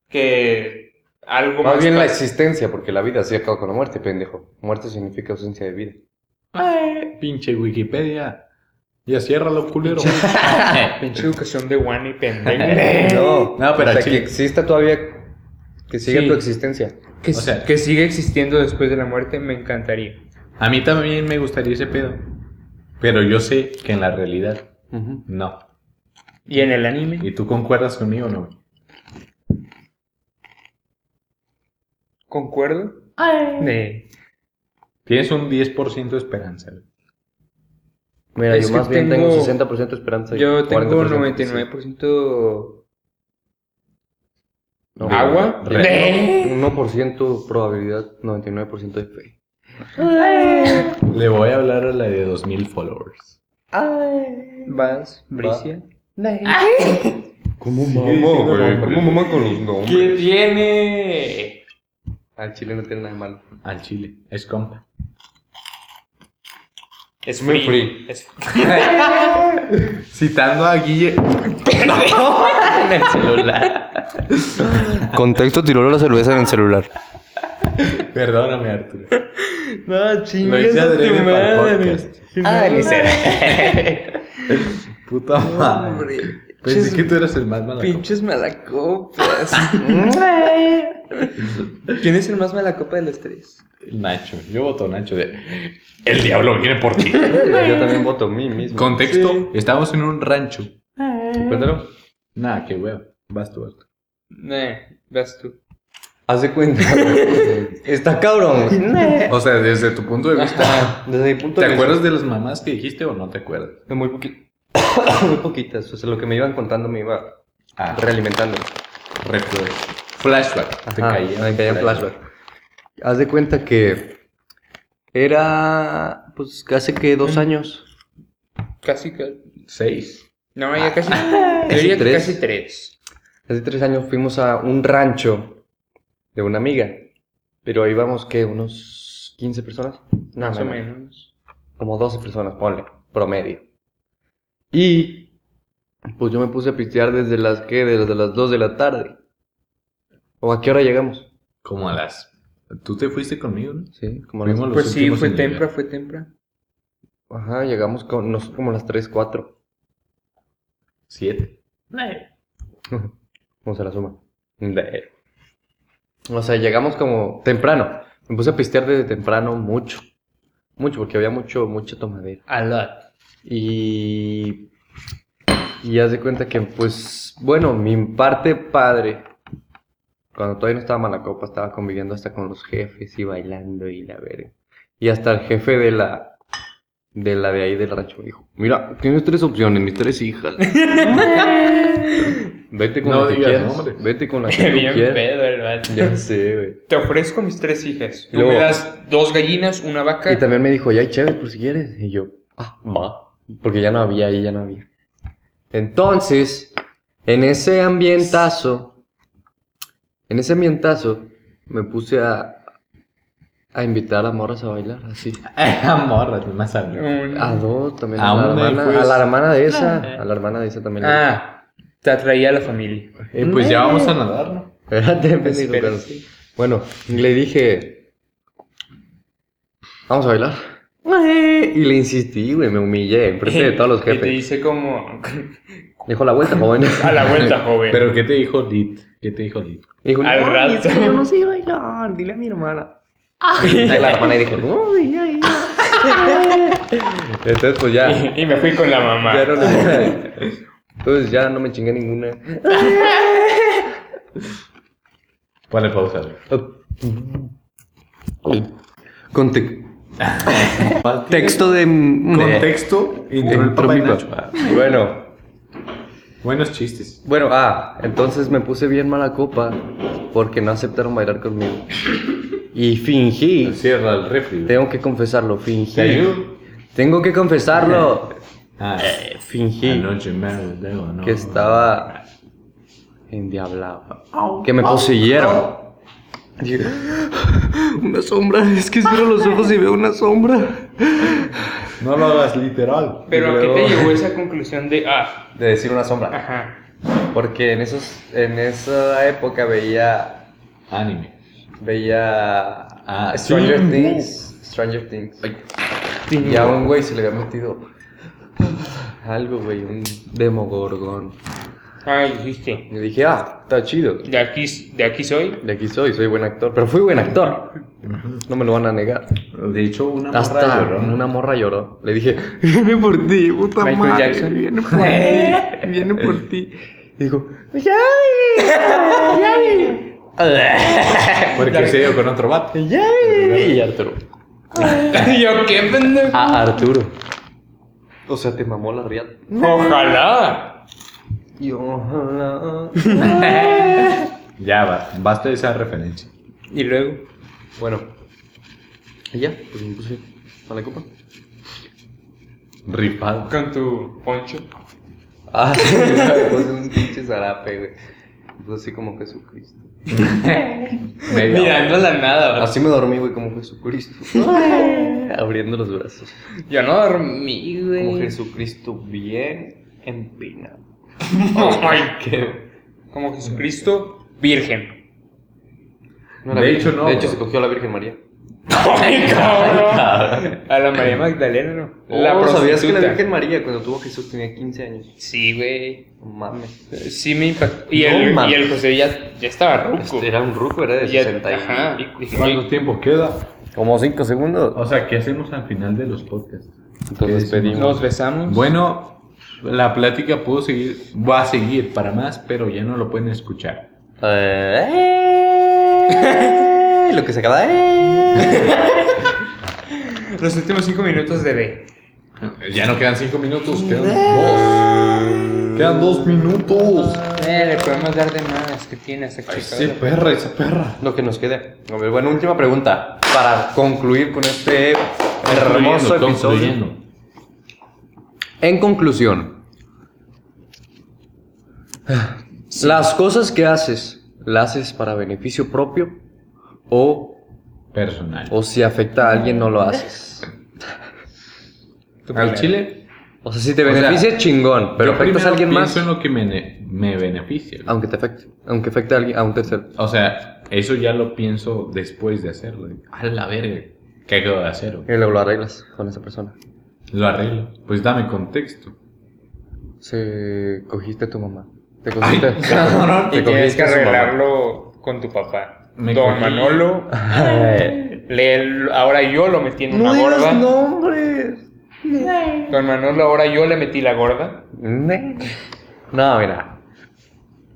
Speaker 3: Que algo
Speaker 1: Más
Speaker 3: más
Speaker 1: bien la
Speaker 3: pa-
Speaker 1: existencia, porque la vida se acaba con la muerte, pendejo. Muerte significa ausencia de vida.
Speaker 2: Pinche Wikipedia. Ya ciérralo, culero. Ah. Eh,
Speaker 3: pinche educación de Wani pendejo.
Speaker 1: No,
Speaker 2: No, pero
Speaker 1: o sea,
Speaker 2: al
Speaker 1: que
Speaker 2: chile-
Speaker 1: exista todavía, que siga
Speaker 2: Sí.
Speaker 1: tu existencia.
Speaker 3: que,
Speaker 2: O sea-
Speaker 3: que siga existiendo después de la muerte me encantaría.
Speaker 2: A mí también me gustaría ese pedo. Pero yo sé que en la realidad no.
Speaker 3: Y en el anime,
Speaker 2: ¿Y tú concuerdas conmigo o no? güey?
Speaker 3: concuerdo. De-
Speaker 2: Tienes un 10% de esperanza. güey.
Speaker 1: Mira,
Speaker 3: Es
Speaker 1: yo
Speaker 3: que
Speaker 1: más bien tengo
Speaker 3: tengo-
Speaker 1: 60% de esperanza. y
Speaker 3: yo tengo
Speaker 1: 40% que sí.
Speaker 3: 99%
Speaker 1: No,
Speaker 3: agua.
Speaker 2: Re-
Speaker 3: De-
Speaker 1: 1% probabilidad, 99% de fe.
Speaker 2: Le voy a hablar a la de 2000 followers.
Speaker 3: Vas, Bricia.
Speaker 1: ¿Cómo
Speaker 2: mamó, güey? ¿Cómo
Speaker 1: mamá con los nombres?
Speaker 3: ¿Qué tiene?
Speaker 1: Al chile no tiene nada de malo.
Speaker 2: Al chile. Es compa.
Speaker 3: Es
Speaker 1: Muy
Speaker 3: free. Es-
Speaker 2: Citando a Guille.
Speaker 1: en el celular. Contexto tiró la cerveza en el celular.
Speaker 2: Perdóname, Arturo.
Speaker 3: No,
Speaker 2: Lo hice adrede para el podcast.
Speaker 1: Ah, ni
Speaker 2: Puta madre. Pensé que tú eras el más malo.
Speaker 5: Pinches malacopas. ¿Quién es el más malacopa de los tres?
Speaker 2: Nacho. Yo voto Nacho de... El diablo viene por ti.
Speaker 1: Yo también voto a mí mismo.
Speaker 2: Contexto. Estamos en un rancho.
Speaker 1: Cuéntalo.
Speaker 2: Nada, qué huevo. Vas tú, Arturo.
Speaker 3: Nah, vas tú.
Speaker 1: Haz de cuenta. Está cabrón. güey.
Speaker 2: O sea, desde tu punto de vista...
Speaker 1: Desde mi punto
Speaker 2: ¿Te
Speaker 1: de vista.
Speaker 2: acuerdas de las mamás que dijiste o no te acuerdas?
Speaker 1: De muy, poqui- muy poquitas. O sea, lo que me iban contando me iba
Speaker 2: Ah,
Speaker 1: realimentando.
Speaker 2: reflejo. Flashback.
Speaker 1: Ajá,
Speaker 2: te caía.
Speaker 1: me caía en flashback. Haz de cuenta que era, pues, hace que dos años.
Speaker 3: Casi que.
Speaker 2: Seis.
Speaker 3: No,
Speaker 2: Ah.
Speaker 3: ya casi. Yo diría que
Speaker 1: tres.
Speaker 3: casi tres.
Speaker 1: Hace tres años fuimos a un rancho de una amiga. Pero ahí vamos, que ¿Unos 15 personas?
Speaker 2: Ah,
Speaker 1: No,
Speaker 3: Más o
Speaker 1: menos.
Speaker 3: menos.
Speaker 1: Como 12 personas, ponle, promedio. Y pues yo me puse a pistear desde las que, desde las 2 de la tarde. ¿O a qué hora llegamos?
Speaker 2: Como a las. Tú te fuiste conmigo, ¿no?
Speaker 1: Sí, como a las-
Speaker 2: Fuimos los
Speaker 3: Pues sí,
Speaker 2: últimos
Speaker 3: fue
Speaker 2: en llegar.
Speaker 3: tempra, fue tempra.
Speaker 1: Ajá, llegamos con, no, sé, como a las 3, 4.
Speaker 2: Siete.
Speaker 1: ¿Cómo se la suma? De- O sea, llegamos como temprano. Me puse a pistear desde temprano mucho. Mucho, porque había mucho, mucho tomadera.
Speaker 3: A lot.
Speaker 1: Y. Y haz de cuenta que, pues, bueno, mi parte padre, cuando todavía no estaba mala copa, estaba conviviendo hasta con los jefes y bailando y la verga. Y hasta el jefe de la. De la de ahí del rancho me dijo: Mira, tienes tres opciones, mis tres hijas. Vete con
Speaker 2: No
Speaker 1: la que
Speaker 2: digas
Speaker 1: quieras.
Speaker 2: nombres.
Speaker 1: Vete con la que
Speaker 3: Qué
Speaker 1: tú
Speaker 3: bien
Speaker 1: quieras.
Speaker 3: pedo el vato.
Speaker 1: Ya sé, güey.
Speaker 3: Te ofrezco mis tres hijas. Tú
Speaker 1: Luego-
Speaker 3: me das dos gallinas, una vaca.
Speaker 1: Y también me dijo, ya hay chévere por si quieres. Y yo, ah, va. Porque ya no había, ahí ya no había. Entonces, en ese ambientazo, en ese ambientazo, me puse a, a invitar a morras a bailar, así.
Speaker 2: Ah, Morra, te más hablo.
Speaker 3: Un- Ah,
Speaker 1: A dos, también
Speaker 2: A
Speaker 1: a, la,
Speaker 2: una,
Speaker 1: hermana,
Speaker 2: pues.
Speaker 1: a la hermana de esa, a la hermana de esa también. le dije.
Speaker 3: Ah, te atraía a la familia.
Speaker 2: Eh, pues ya vamos a nadar, ¿no?
Speaker 1: Espérate, pendejo,
Speaker 3: Espera.
Speaker 1: pero- Bueno, le dije, vamos a bailar. Y le insistí, güey, me humillé en frente de todos los
Speaker 3: Y te
Speaker 1: jefes.
Speaker 3: dice como
Speaker 1: Dijo la vuelta, joven.
Speaker 3: a la vuelta, joven.
Speaker 2: Pero ¿qué te dijo Lit? ¿Qué te dijo Lit?
Speaker 1: Dijo,
Speaker 3: Al
Speaker 1: "Ay,
Speaker 3: rato.
Speaker 1: es que yo no sé bailar, dile a mi hermana. Y la hermana dijo, "Uy, ay, ay". Entonces, pues ya,
Speaker 3: y, y me fui con la mamá.
Speaker 1: ya no le- Entonces ya no me chingué ninguna.
Speaker 2: Ponle pausa, güey.
Speaker 1: Conte- Texto de...
Speaker 2: Contexto,
Speaker 1: eh,
Speaker 2: entró el papá de Nacho.
Speaker 1: Bueno,
Speaker 2: Buenos chistes.
Speaker 1: Bueno, ah, entonces me puse bien mala copa porque no aceptaron bailar conmigo. Y fingí,
Speaker 2: Cierra el refri. güey.
Speaker 1: tengo que confesarlo, fingí.
Speaker 2: ¿Te ayudo?
Speaker 1: Tengo que confesarlo.
Speaker 2: Ah,
Speaker 1: Eh, Fingí
Speaker 2: anoche me debo, no.
Speaker 1: que estaba endiablado, que me poseyeron. Dije, Una sombra, es que cierro los ojos y veo una sombra.
Speaker 2: No lo hagas literal.
Speaker 3: Pero ¿a qué te
Speaker 1: Luego-
Speaker 3: llevó esa conclusión de ah,
Speaker 1: De decir una sombra,
Speaker 3: ajá?
Speaker 1: porque en esos, en esa época veía,
Speaker 2: Anime.
Speaker 1: veía
Speaker 2: Ah,
Speaker 1: Stranger
Speaker 2: sí.
Speaker 1: Things, Stranger Things. Y a un güey se le había metido algo, güey, un demogorgón.
Speaker 3: Ay, ah, dijiste.
Speaker 1: Y dije, ah, está chido.
Speaker 3: De aquí, de aquí soy.
Speaker 1: De aquí soy, soy buen actor. Pero fui buen actor. No me lo van a negar.
Speaker 2: De hecho, una morra
Speaker 1: Hasta
Speaker 2: llorona.
Speaker 1: una morra lloró. Le dije, viene por ti, puta
Speaker 3: Michael
Speaker 1: madre.
Speaker 3: Jackson.
Speaker 1: Viene por ti. Viene por ti. Y dijo, Yavi, Yavi,
Speaker 2: Porque se dio con otro vato.
Speaker 1: Yavi. Y Arturo.
Speaker 3: Y Yo qué pendejo.
Speaker 1: A Arturo. O sea, te mamó la riata.
Speaker 3: Ojalá.
Speaker 1: Y ojalá.
Speaker 2: Ya va, basta de esa referencia.
Speaker 3: Y luego.
Speaker 1: Bueno. Y ya, pues me puse a la copa.
Speaker 2: Ripado.
Speaker 3: Con tu poncho.
Speaker 1: Ah, sí, me puse un pinche zarape, güey. Pues así como Jesucristo.
Speaker 2: Media hora.
Speaker 3: Mirando la nada.
Speaker 1: Así me dormí, güey, como Jesucristo. Abriendo los brazos.
Speaker 3: Yo no dormí,
Speaker 1: Como
Speaker 3: güey.
Speaker 1: Jesucristo bien empinado. Oh
Speaker 3: Ay, qué. Como Jesucristo, virgen.
Speaker 1: No pues, la
Speaker 2: De
Speaker 1: Virgen,
Speaker 2: hecho, no,
Speaker 1: De hecho,
Speaker 2: güey.
Speaker 1: se cogió a la Virgen María. Oh
Speaker 3: Ay, cabrón. A la María Magdalena, ¿no? la
Speaker 1: Oh, ¿Sabías que la
Speaker 3: prostituta.
Speaker 1: Virgen María, cuando tuvo a Jesús, tenía 15 años?
Speaker 3: Sí, güey.
Speaker 1: No mames.
Speaker 3: Sí me impactó. Y,
Speaker 1: No
Speaker 3: el, y
Speaker 1: mames.
Speaker 3: el José ya, ya estaba ruco.
Speaker 1: Este era un ruco, era de
Speaker 3: Ya-
Speaker 1: 60
Speaker 3: ajá.
Speaker 1: y pico.
Speaker 3: Dije,
Speaker 2: ¿Cuánto tiempo queda?
Speaker 1: Como 5 segundos.
Speaker 2: O sea, ¿qué hacemos al final de los podcasts?
Speaker 1: Entonces pedimos.
Speaker 3: Nos besamos.
Speaker 2: Bueno, la plática pudo seguir, va a seguir para más, pero ya no lo pueden escuchar.
Speaker 1: Eh, Lo que se acaba eh. de.
Speaker 3: Los últimos cinco minutos de B.
Speaker 2: Ya no quedan cinco minutos, quedan dos. Quedan dos minutos.
Speaker 3: Eh, le podemos dar de más que tiene hasta que se
Speaker 2: Sí, pues,
Speaker 3: acabe.
Speaker 2: perra, esa perra.
Speaker 1: Lo que nos quede. A ver, Bueno, última pregunta. Para concluir con este hermoso
Speaker 2: Concluyendo,
Speaker 1: episodio.
Speaker 2: concluyendo.
Speaker 1: En conclusión, ¿las cosas que haces, las haces para beneficio propio o,
Speaker 2: Personal.
Speaker 1: o si afecta a alguien no lo haces?
Speaker 2: Al chile,
Speaker 1: O sea, si te
Speaker 2: O sea,
Speaker 1: beneficia, chingón, pero
Speaker 2: yo
Speaker 1: afectas a
Speaker 2: primero
Speaker 1: alguien más,
Speaker 2: pienso en lo que me, ne- me beneficia. güey.
Speaker 1: aunque te afecte, aunque afecte a, alguien, a un tercero.
Speaker 2: O sea, eso ya lo pienso después de hacerlo. A la verga. ¿Qué acabo de hacer? güey?
Speaker 1: Y luego lo arreglas con esa persona.
Speaker 2: Lo arreglo. Pues dame contexto.
Speaker 1: Se cogiste a tu mamá. Pues Te cogiste.
Speaker 3: Y tienes que
Speaker 1: a su mamá.
Speaker 3: arreglarlo con tu papá.
Speaker 2: Me
Speaker 3: Don
Speaker 2: cogí.
Speaker 3: Manolo.
Speaker 2: Eh,
Speaker 3: le- ahora yo lo metí en una gorda.
Speaker 1: nombres.
Speaker 3: Don Manolo, ahora yo le metí la gorda.
Speaker 1: No, mira.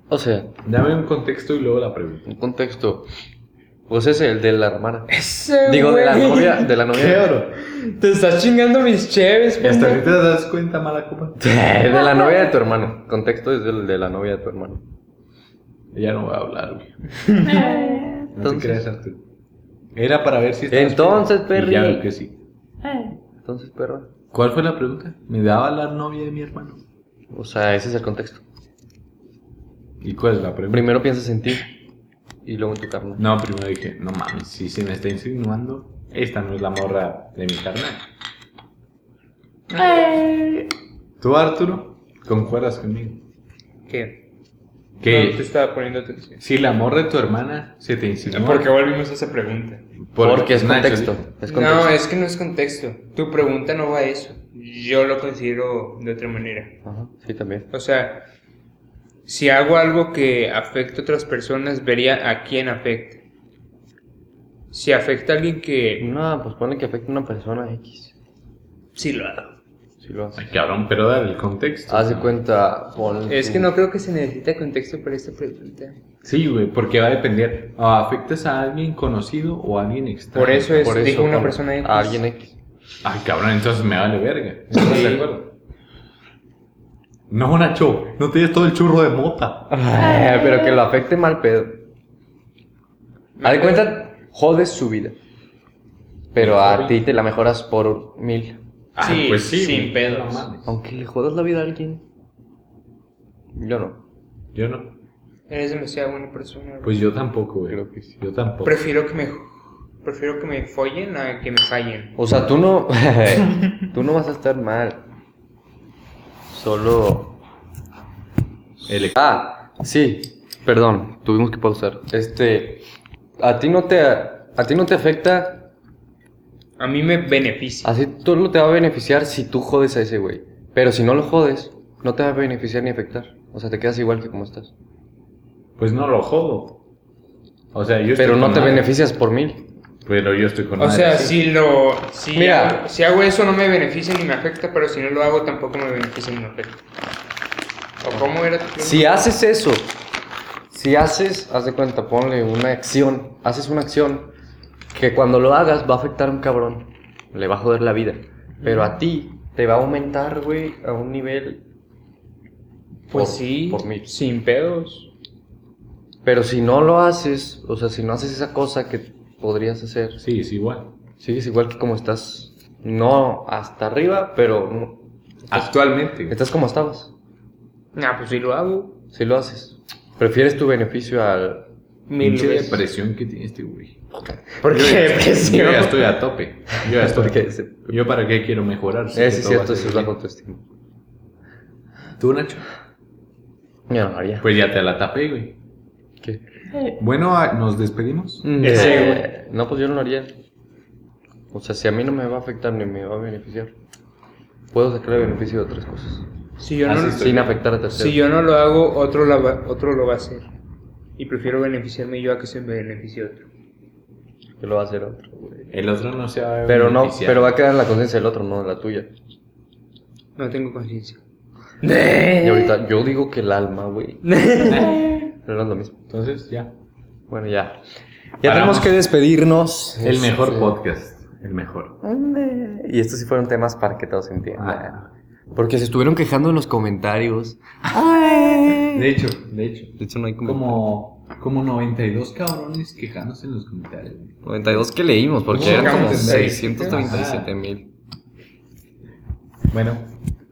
Speaker 1: O sea,
Speaker 2: Dame un contexto y luego la pregunta.
Speaker 1: un contexto. Pues ese, el de la hermana.
Speaker 3: Ese
Speaker 1: Digo, de la
Speaker 3: güey.
Speaker 1: novia. De la novia.
Speaker 2: oro?
Speaker 3: Te estás chingando mis cheves,
Speaker 2: Hasta
Speaker 3: pendejo.
Speaker 2: ahorita te das cuenta, mala copa.
Speaker 1: De la novia de tu hermano. Contexto es del de la novia de tu hermano.
Speaker 2: Ya no voy a hablar, güey. No te
Speaker 1: Entonces-
Speaker 2: creas, Arturo. Era para ver si estabas
Speaker 1: Entonces,
Speaker 2: pedo. Y Ya
Speaker 1: Perry.
Speaker 2: veo que sí.
Speaker 1: Entonces, perra.
Speaker 2: ¿Cuál fue la pregunta? ¿Me daba la novia de mi hermano?
Speaker 1: O sea, ese es el contexto.
Speaker 2: ¿Y cuál es la pregunta?
Speaker 1: Primero piensas en ti y luego en tu carne.
Speaker 2: No, primero dije, no mames, si se me está insinuando, esta no es la morra de mi carnal. ¿Tú, Arturo? ¿Concuerdas conmigo?
Speaker 3: ¿Qué?
Speaker 2: Que
Speaker 3: No te estaba poniendo atención.
Speaker 2: si el amor de tu hermana se te insinuó.
Speaker 3: ¿Por qué volvimos a esa pregunta?
Speaker 1: Porque es
Speaker 2: Nacho,
Speaker 1: contexto.
Speaker 2: sí.
Speaker 1: Es
Speaker 3: No,
Speaker 1: contexto.
Speaker 3: es que no es contexto. Tu pregunta no va a eso. Yo lo considero de otra manera.
Speaker 1: Ajá, sí, también.
Speaker 3: O sea, si hago algo que afecta a otras personas, vería a quién afecta. Si afecta a alguien que
Speaker 1: No, pues pone que afecta a una persona X.
Speaker 3: sí lo hago.
Speaker 1: Si lo hace.
Speaker 2: Ay, cabrón, pero dar el contexto.
Speaker 1: Haz de
Speaker 2: ¿no?
Speaker 1: cuenta, pon.
Speaker 3: Es que no creo que se necesite contexto para esta pregunta.
Speaker 2: Sí, güey, porque va a depender. o afectas a alguien conocido o a alguien extraño.
Speaker 3: Por eso es,
Speaker 1: Por eso
Speaker 3: dijo una
Speaker 1: pon
Speaker 3: persona X.
Speaker 1: A alguien X.
Speaker 2: Ay, cabrón, entonces me vale verga. ¿Estás de acuerdo? No, Nacho, no tienes todo el churro de mota.
Speaker 1: Ay, pero que lo afecte mal pedo. Haz de cuenta, jodes su vida. Pero a ti te la mejoras por mil.
Speaker 2: Ah,
Speaker 3: Sí,
Speaker 2: pues sí.
Speaker 3: sin
Speaker 2: güey.
Speaker 3: pedos.
Speaker 2: No mames.
Speaker 1: Aunque le jodas la vida a alguien. Yo no.
Speaker 2: Yo no.
Speaker 3: Eres demasiado buena persona. güey.
Speaker 2: Pues yo tampoco, güey.
Speaker 1: Creo que sí.
Speaker 2: Yo tampoco.
Speaker 3: Prefiero que me prefiero que me follen a que me fallen.
Speaker 1: O sea, tú no. tú no vas a estar mal. Solo.
Speaker 2: El-
Speaker 1: Ah, sí. Perdón, tuvimos que pausar. Este. A ti no te. A ti no te afecta
Speaker 3: A mí me beneficia.
Speaker 1: Así tú lo te va a beneficiar si tú jodes a ese güey. Pero si no lo jodes, no te va a beneficiar ni afectar. O sea, te quedas igual que como estás.
Speaker 2: Pues no lo jodo. O sea, yo estoy
Speaker 1: Pero no
Speaker 2: con
Speaker 1: te
Speaker 2: madre.
Speaker 1: beneficias por mil.
Speaker 2: Pero yo estoy con
Speaker 3: O
Speaker 2: madre,
Speaker 3: sea,
Speaker 2: sí.
Speaker 3: si lo. Si,
Speaker 1: Mira.
Speaker 3: hago, si hago eso no me beneficia ni me afecta, pero si no lo hago tampoco me beneficia ni me afecta. ¿O cómo era tu pregunta?
Speaker 1: Si haces eso, si haces, haz de cuenta, ponle una acción. Haces una acción que cuando lo hagas va a afectar a un cabrón. Le va a joder la vida. Pero a ti te va a aumentar, güey, a un nivel. por-
Speaker 3: Pues sí,
Speaker 1: Por mil.
Speaker 3: sin pedos.
Speaker 1: Pero si no lo haces, o sea, si no haces esa cosa que podrías hacer,
Speaker 2: Sí, es igual.
Speaker 1: Sigues igual que como estás. No hasta arriba, pero no-
Speaker 2: Actualmente. güey.
Speaker 1: estás como estabas.
Speaker 3: Nah, pues sí lo hago.
Speaker 1: Si lo haces. Prefieres tu beneficio al.
Speaker 3: Mil
Speaker 2: Pinche
Speaker 3: veces.
Speaker 2: depresión que tiene este güey.
Speaker 3: ¿Por qué
Speaker 2: Yo
Speaker 3: depresión?
Speaker 2: ya estoy a tope. Yo ya estoy.
Speaker 1: Porque se-
Speaker 2: Yo para qué quiero mejorar. si
Speaker 1: Ese es
Speaker 2: todo
Speaker 1: cierto,
Speaker 2: va a
Speaker 1: ese
Speaker 2: ser
Speaker 1: es
Speaker 2: bien.
Speaker 1: bajo autoestima.
Speaker 2: ¿Tú, Nacho?
Speaker 1: Yo no lo haría.
Speaker 2: Pues ya te la tapé, güey.
Speaker 1: ¿Qué?
Speaker 2: Bueno, ah, nos despedimos.
Speaker 3: Ese,
Speaker 1: Eh, no, pues yo no lo haría. O sea, si a mí no me va a afectar ni me va a beneficiar, puedo sacarle beneficio de otras cosas.
Speaker 3: Si yo, no,
Speaker 2: Así estoy.
Speaker 1: Sin afectar a terceros.
Speaker 3: si yo no lo hago, otro, la va- otro lo va a hacer. Y prefiero beneficiarme yo a que se me beneficie otro.
Speaker 1: Que lo va a hacer otro, güey.
Speaker 2: El otro no se va a
Speaker 1: Pero no,
Speaker 2: beneficiar.
Speaker 1: pero va a quedar en la conciencia del otro, no de la tuya.
Speaker 3: No tengo conciencia.
Speaker 1: Y ahorita, yo digo que el alma, güey. Pero no es lo mismo.
Speaker 2: Entonces, ya.
Speaker 1: Bueno, ya. Ya
Speaker 2: Paramos.
Speaker 1: tenemos que despedirnos.
Speaker 2: El mejor
Speaker 1: Este,
Speaker 2: podcast. El mejor.
Speaker 1: ande. Y estos sí fueron temas para que todos entiendan.
Speaker 2: Ah.
Speaker 1: Porque se estuvieron quejando en los comentarios.
Speaker 2: De hecho, de hecho.
Speaker 1: De hecho, no hay como
Speaker 2: Como, como 92 cabrones quejándose en los comentarios. güey.
Speaker 1: 92 que leímos, porque
Speaker 2: No,
Speaker 1: eran como
Speaker 2: cabrón,
Speaker 1: 637 mil.
Speaker 2: Bueno.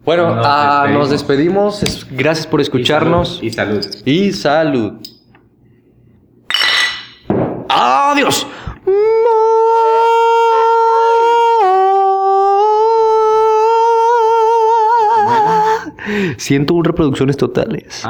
Speaker 1: Bueno,
Speaker 2: Nos
Speaker 1: ah,
Speaker 2: despedimos.
Speaker 1: nos despedimos. Es- Gracias por escucharnos.
Speaker 2: Y salud.
Speaker 1: Y salud. Adiós. Siento un reproducciones totales.